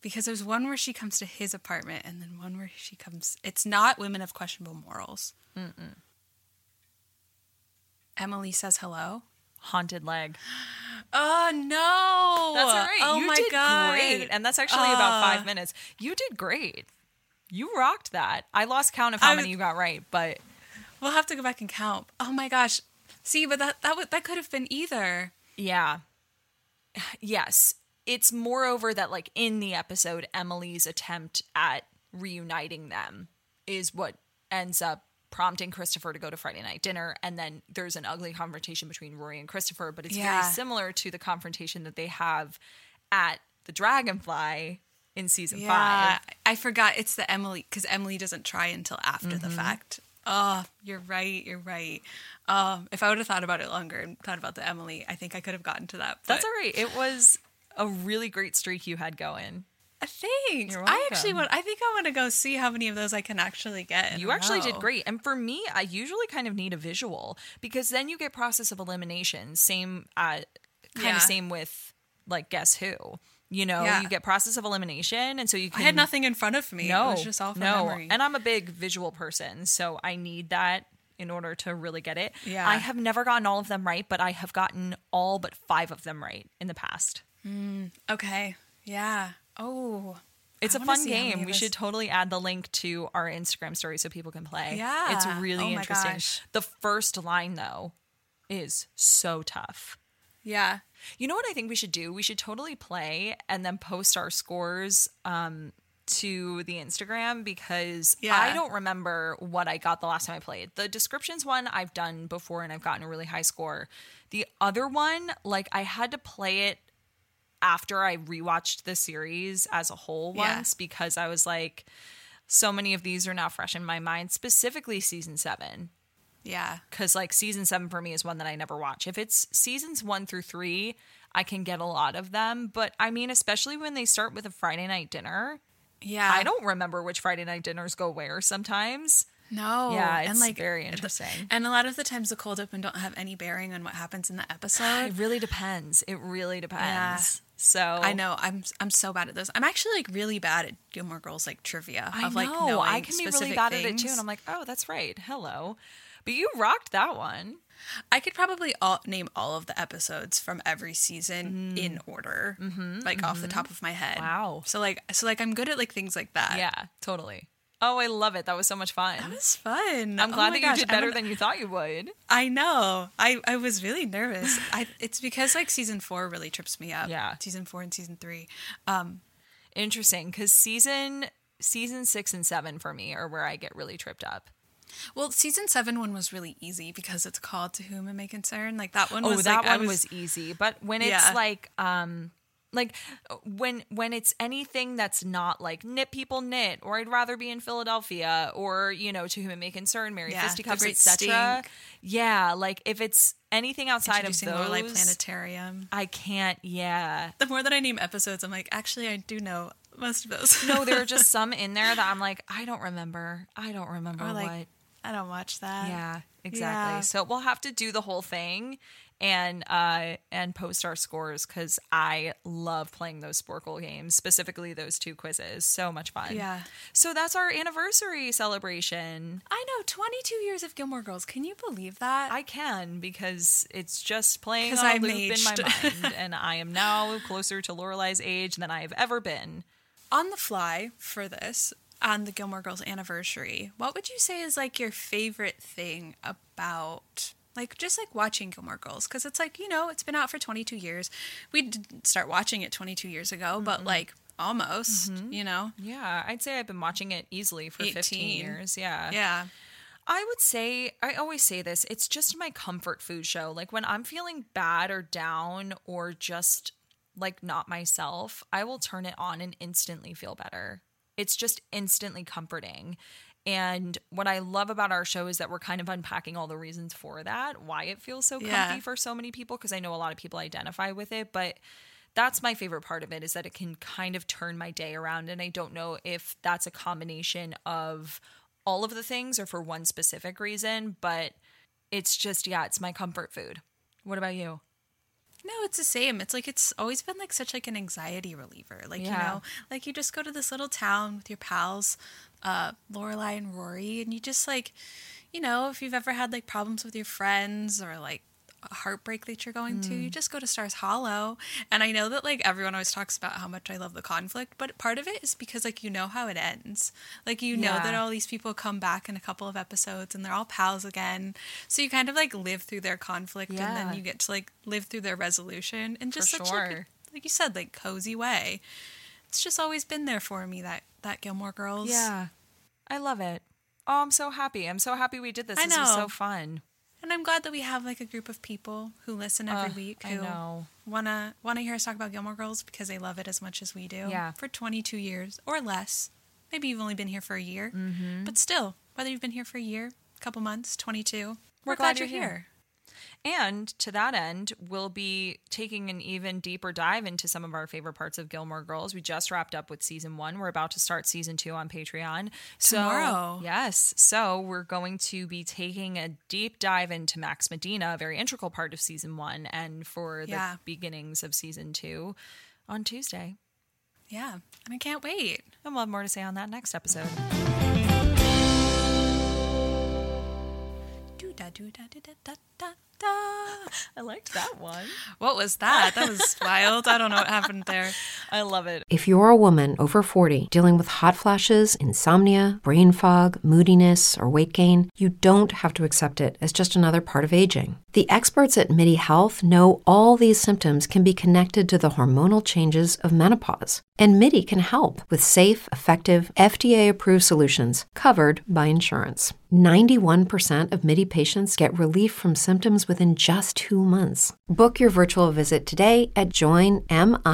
S1: Because there's one where she comes to his apartment, and then one where she comes. It's not women of questionable morals. Emily says hello.
S2: Haunted leg.
S1: Oh no!
S2: That's all right.
S1: Oh
S2: you
S1: my
S2: did
S1: god!
S2: great. And that's actually about
S1: Uh,
S2: five minutes. You did great. You rocked that. I lost count of how
S1: I was-
S2: many you got right, but
S1: We'll have to go back and count. Oh my gosh! See, but that that would that could have been either.
S2: yeah. Yes. It's moreover that like in the episode, Emily's attempt at reuniting them is what ends up prompting Christopher to go to Friday night dinner. And then there's an ugly confrontation between Rory and Christopher, but it's
S1: Yeah.
S2: very similar to the confrontation that they have at the Dragonfly in season five.
S1: Yeah, I forgot. It's the Emily because Emily doesn't try until after the
S2: Mm-hmm.
S1: fact. Oh, you're right. You're right. Um, if I would have thought about it longer and thought about the Emily, I think I could have gotten to that.
S2: That's
S1: but-
S2: all right. It was a really great streak you had going.
S1: Thanks.
S2: You're
S1: I actually
S2: welcome.
S1: want. I think I want to go see how many of those I can actually get. in
S2: You
S1: a
S2: actually did
S1: row.
S2: great. And for me, I usually kind of need a visual because then you get process of elimination. Same, uh, kind
S1: Yeah.
S2: of same with like guess who. You know,
S1: Yeah.
S2: you get process of elimination, and so you can.
S1: I had nothing in front of me.
S2: No,
S1: it was just all from
S2: no.
S1: memory.
S2: And I'm a big visual person, so I need that in order to really get it.
S1: Yeah.
S2: I have never gotten all of them right, but I have gotten all but five of them right in the past.
S1: Okay. Yeah. Oh.
S2: It's
S1: I
S2: a
S1: wanna
S2: fun
S1: see how many
S2: game.
S1: of
S2: We
S1: us-
S2: should totally add the link to our Instagram story so people can play.
S1: Yeah.
S2: It's
S1: Oh
S2: really
S1: my
S2: interesting.
S1: gosh.
S2: The first line, though, is so tough.
S1: Yeah.
S2: You know what I think we should do? We should totally play and then post our scores um, to the Instagram because
S1: Yeah.
S2: I don't remember what I got the last time I played. The descriptions one I've done before and I've gotten a really high score. The other one, like I had to play it after I rewatched the series as a whole
S1: Yeah.
S2: once because I was like, so many of these are now fresh in my mind, specifically season seven
S1: Yeah.
S2: because like season seven for me is one that I never watch. If it's seasons one through three, I can get a lot of them. But I mean, especially when they start with a Friday night dinner,
S1: Yeah.
S2: I don't remember which Friday night dinners go where sometimes.
S1: No.
S2: Yeah, it's
S1: and like
S2: very
S1: the-
S2: interesting.
S1: and a lot of the times the cold open don't have any bearing on what happens in the episode.
S2: It really depends. It really depends. So
S1: I know I'm I'm so bad at those. I'm actually like really bad at Gilmore Girls like trivia.
S2: I
S1: of, like,
S2: know. I
S1: knowing
S2: can be really
S1: specific
S2: bad at it
S1: things.
S2: too, and I'm like, oh, that's right. Hello, but you rocked that one.
S1: I could probably all, name all of the episodes from every season in order, like off the top of my head.
S2: Mm-hmm. Wow.
S1: So like so like I'm good at like things like that.
S2: Yeah, totally. Oh, I love it. That was so much fun.
S1: That was fun.
S2: I'm
S1: Oh
S2: glad
S1: my
S2: that
S1: gosh,
S2: you did
S1: I'm
S2: better
S1: an-
S2: than you thought you would.
S1: I know. I, I was really nervous. I it's because like season four really trips me up.
S2: Yeah.
S1: Season four and season three.
S2: interesting because season season six and seven for me are where I get really tripped up.
S1: Well, season seven one was really easy because it's called To Whom It May Concern. Like that one
S2: Oh,
S1: was
S2: that
S1: like, I
S2: one was, easy, but when it's
S1: Yeah.
S2: like um like when when it's anything that's not like knit people knit or I'd rather be in Philadelphia or you know to whom it may concern Mary
S1: Yeah, The
S2: Fisticuffs
S1: Great
S2: etc.
S1: Stink.
S2: Yeah, like if it's anything outside of
S1: introducing Lorelei
S2: those,
S1: Planetarium.
S2: I can't. Yeah,
S1: The more that I name episodes, I'm like, actually, I do know most of those.
S2: No, there are just some in there that I'm like, I don't remember. I don't remember
S1: Or, like,
S2: what.
S1: I don't watch that.
S2: Yeah, exactly.
S1: yeah.
S2: So we'll have to do the whole thing and uh and post our scores because I love playing those Sporkle games, specifically those two quizzes. So much fun.
S1: Yeah.
S2: So that's our anniversary celebration.
S1: I know. Twenty-two years of Gilmore Girls. Can you believe that?
S2: I can because it's just playing
S1: 'Cause
S2: on a
S1: I
S2: loop in my
S1: maged.
S2: mind, and I am now closer to Lorelai's age than I have ever been.
S1: on the fly for this on the Gilmore Girls anniversary, what would you say is like your favorite thing about like just like watching Gilmore Girls cuz it's like, you know, it's been out for 22 years. We didn't start watching it 22 years ago, but like almost,
S2: Mm-hmm.
S1: you know.
S2: Yeah, I'd say I've been watching it easily for 15
S1: 18.
S2: years. Yeah.
S1: Yeah.
S2: I would say, I always say this, it's just my comfort food show. Like when I'm feeling bad or down or just like not myself, I will turn it on and instantly feel better. It's just instantly comforting. And what I love about our show is that we're kind of unpacking all the reasons for that, why it feels so comfy
S1: Yeah.
S2: for so many people, because I know a lot of people identify with it. But that's my favorite part of it is that it can kind of turn my day around. And I don't know if that's a combination of all of the things or for one specific reason, but it's just, yeah, it's my comfort food. What about you?
S1: No, it's the same. It's like it's always been like such like an anxiety reliever. Like
S2: Yeah.
S1: you know, like you just go to this little town with your pals, uh, Lorelai and Rory, and you just like, you know, if you've ever had like problems with your friends or like a heartbreak that you're going to,
S2: Mm.
S1: you just go to Stars Hollow. And I know that like everyone always talks about how much I love the conflict, but part of it is because like you know how it ends. Like you know
S2: Yeah.
S1: that all these people come back in a couple of episodes and they're all pals again. So you kind of like live through their conflict and
S2: Yeah.
S1: then you get to like live through their resolution and just such like,
S2: sure.
S1: a- like you said like cozy way it's just always been there for me that that gilmore girls
S2: Yeah. I love it. Oh, I'm so happy. I'm so happy we did this.
S1: I
S2: This was so
S1: know.
S2: fun.
S1: and i'm glad that we have like a group of people who listen every
S2: Ugh,
S1: week
S2: I
S1: who
S2: know.
S1: wanna wanna hear us talk about gilmore girls because they love it as much as we do
S2: Yeah.
S1: for 22 years or less maybe you've only been here for a year
S2: Mm-hmm.
S1: but still whether you've been here for a year a couple months 22 we're, glad, you're here,
S2: And to that end, we'll be taking an even deeper dive into some of our favorite parts of Gilmore Girls. We just wrapped up with season one. We're about to start season two on Patreon. So,
S1: Tomorrow.
S2: Yes. So we're going to be taking a deep dive into Max Medina, a very integral part of season one, and for the
S1: Yeah.
S2: beginnings of season two on Tuesday.
S1: yeah and i can't wait
S2: And we'll have more to say on that next episode.
S1: Doo da doo da doo da da da da.
S2: I liked that one.
S1: What was that? That was wild. I don't know what happened there.
S2: I love it.
S4: If you're a woman over 40 dealing with hot flashes, insomnia, brain fog, moodiness, or weight gain, you don't have to accept it as just another part of aging. The experts at MIDI Health know all these symptoms can be connected to the hormonal changes of menopause, and MIDI can help with safe, effective, FDA approved solutions covered by insurance. 91% of MIDI patients get relief from symptoms within just two months. Book your virtual visit today at joinmidi.com.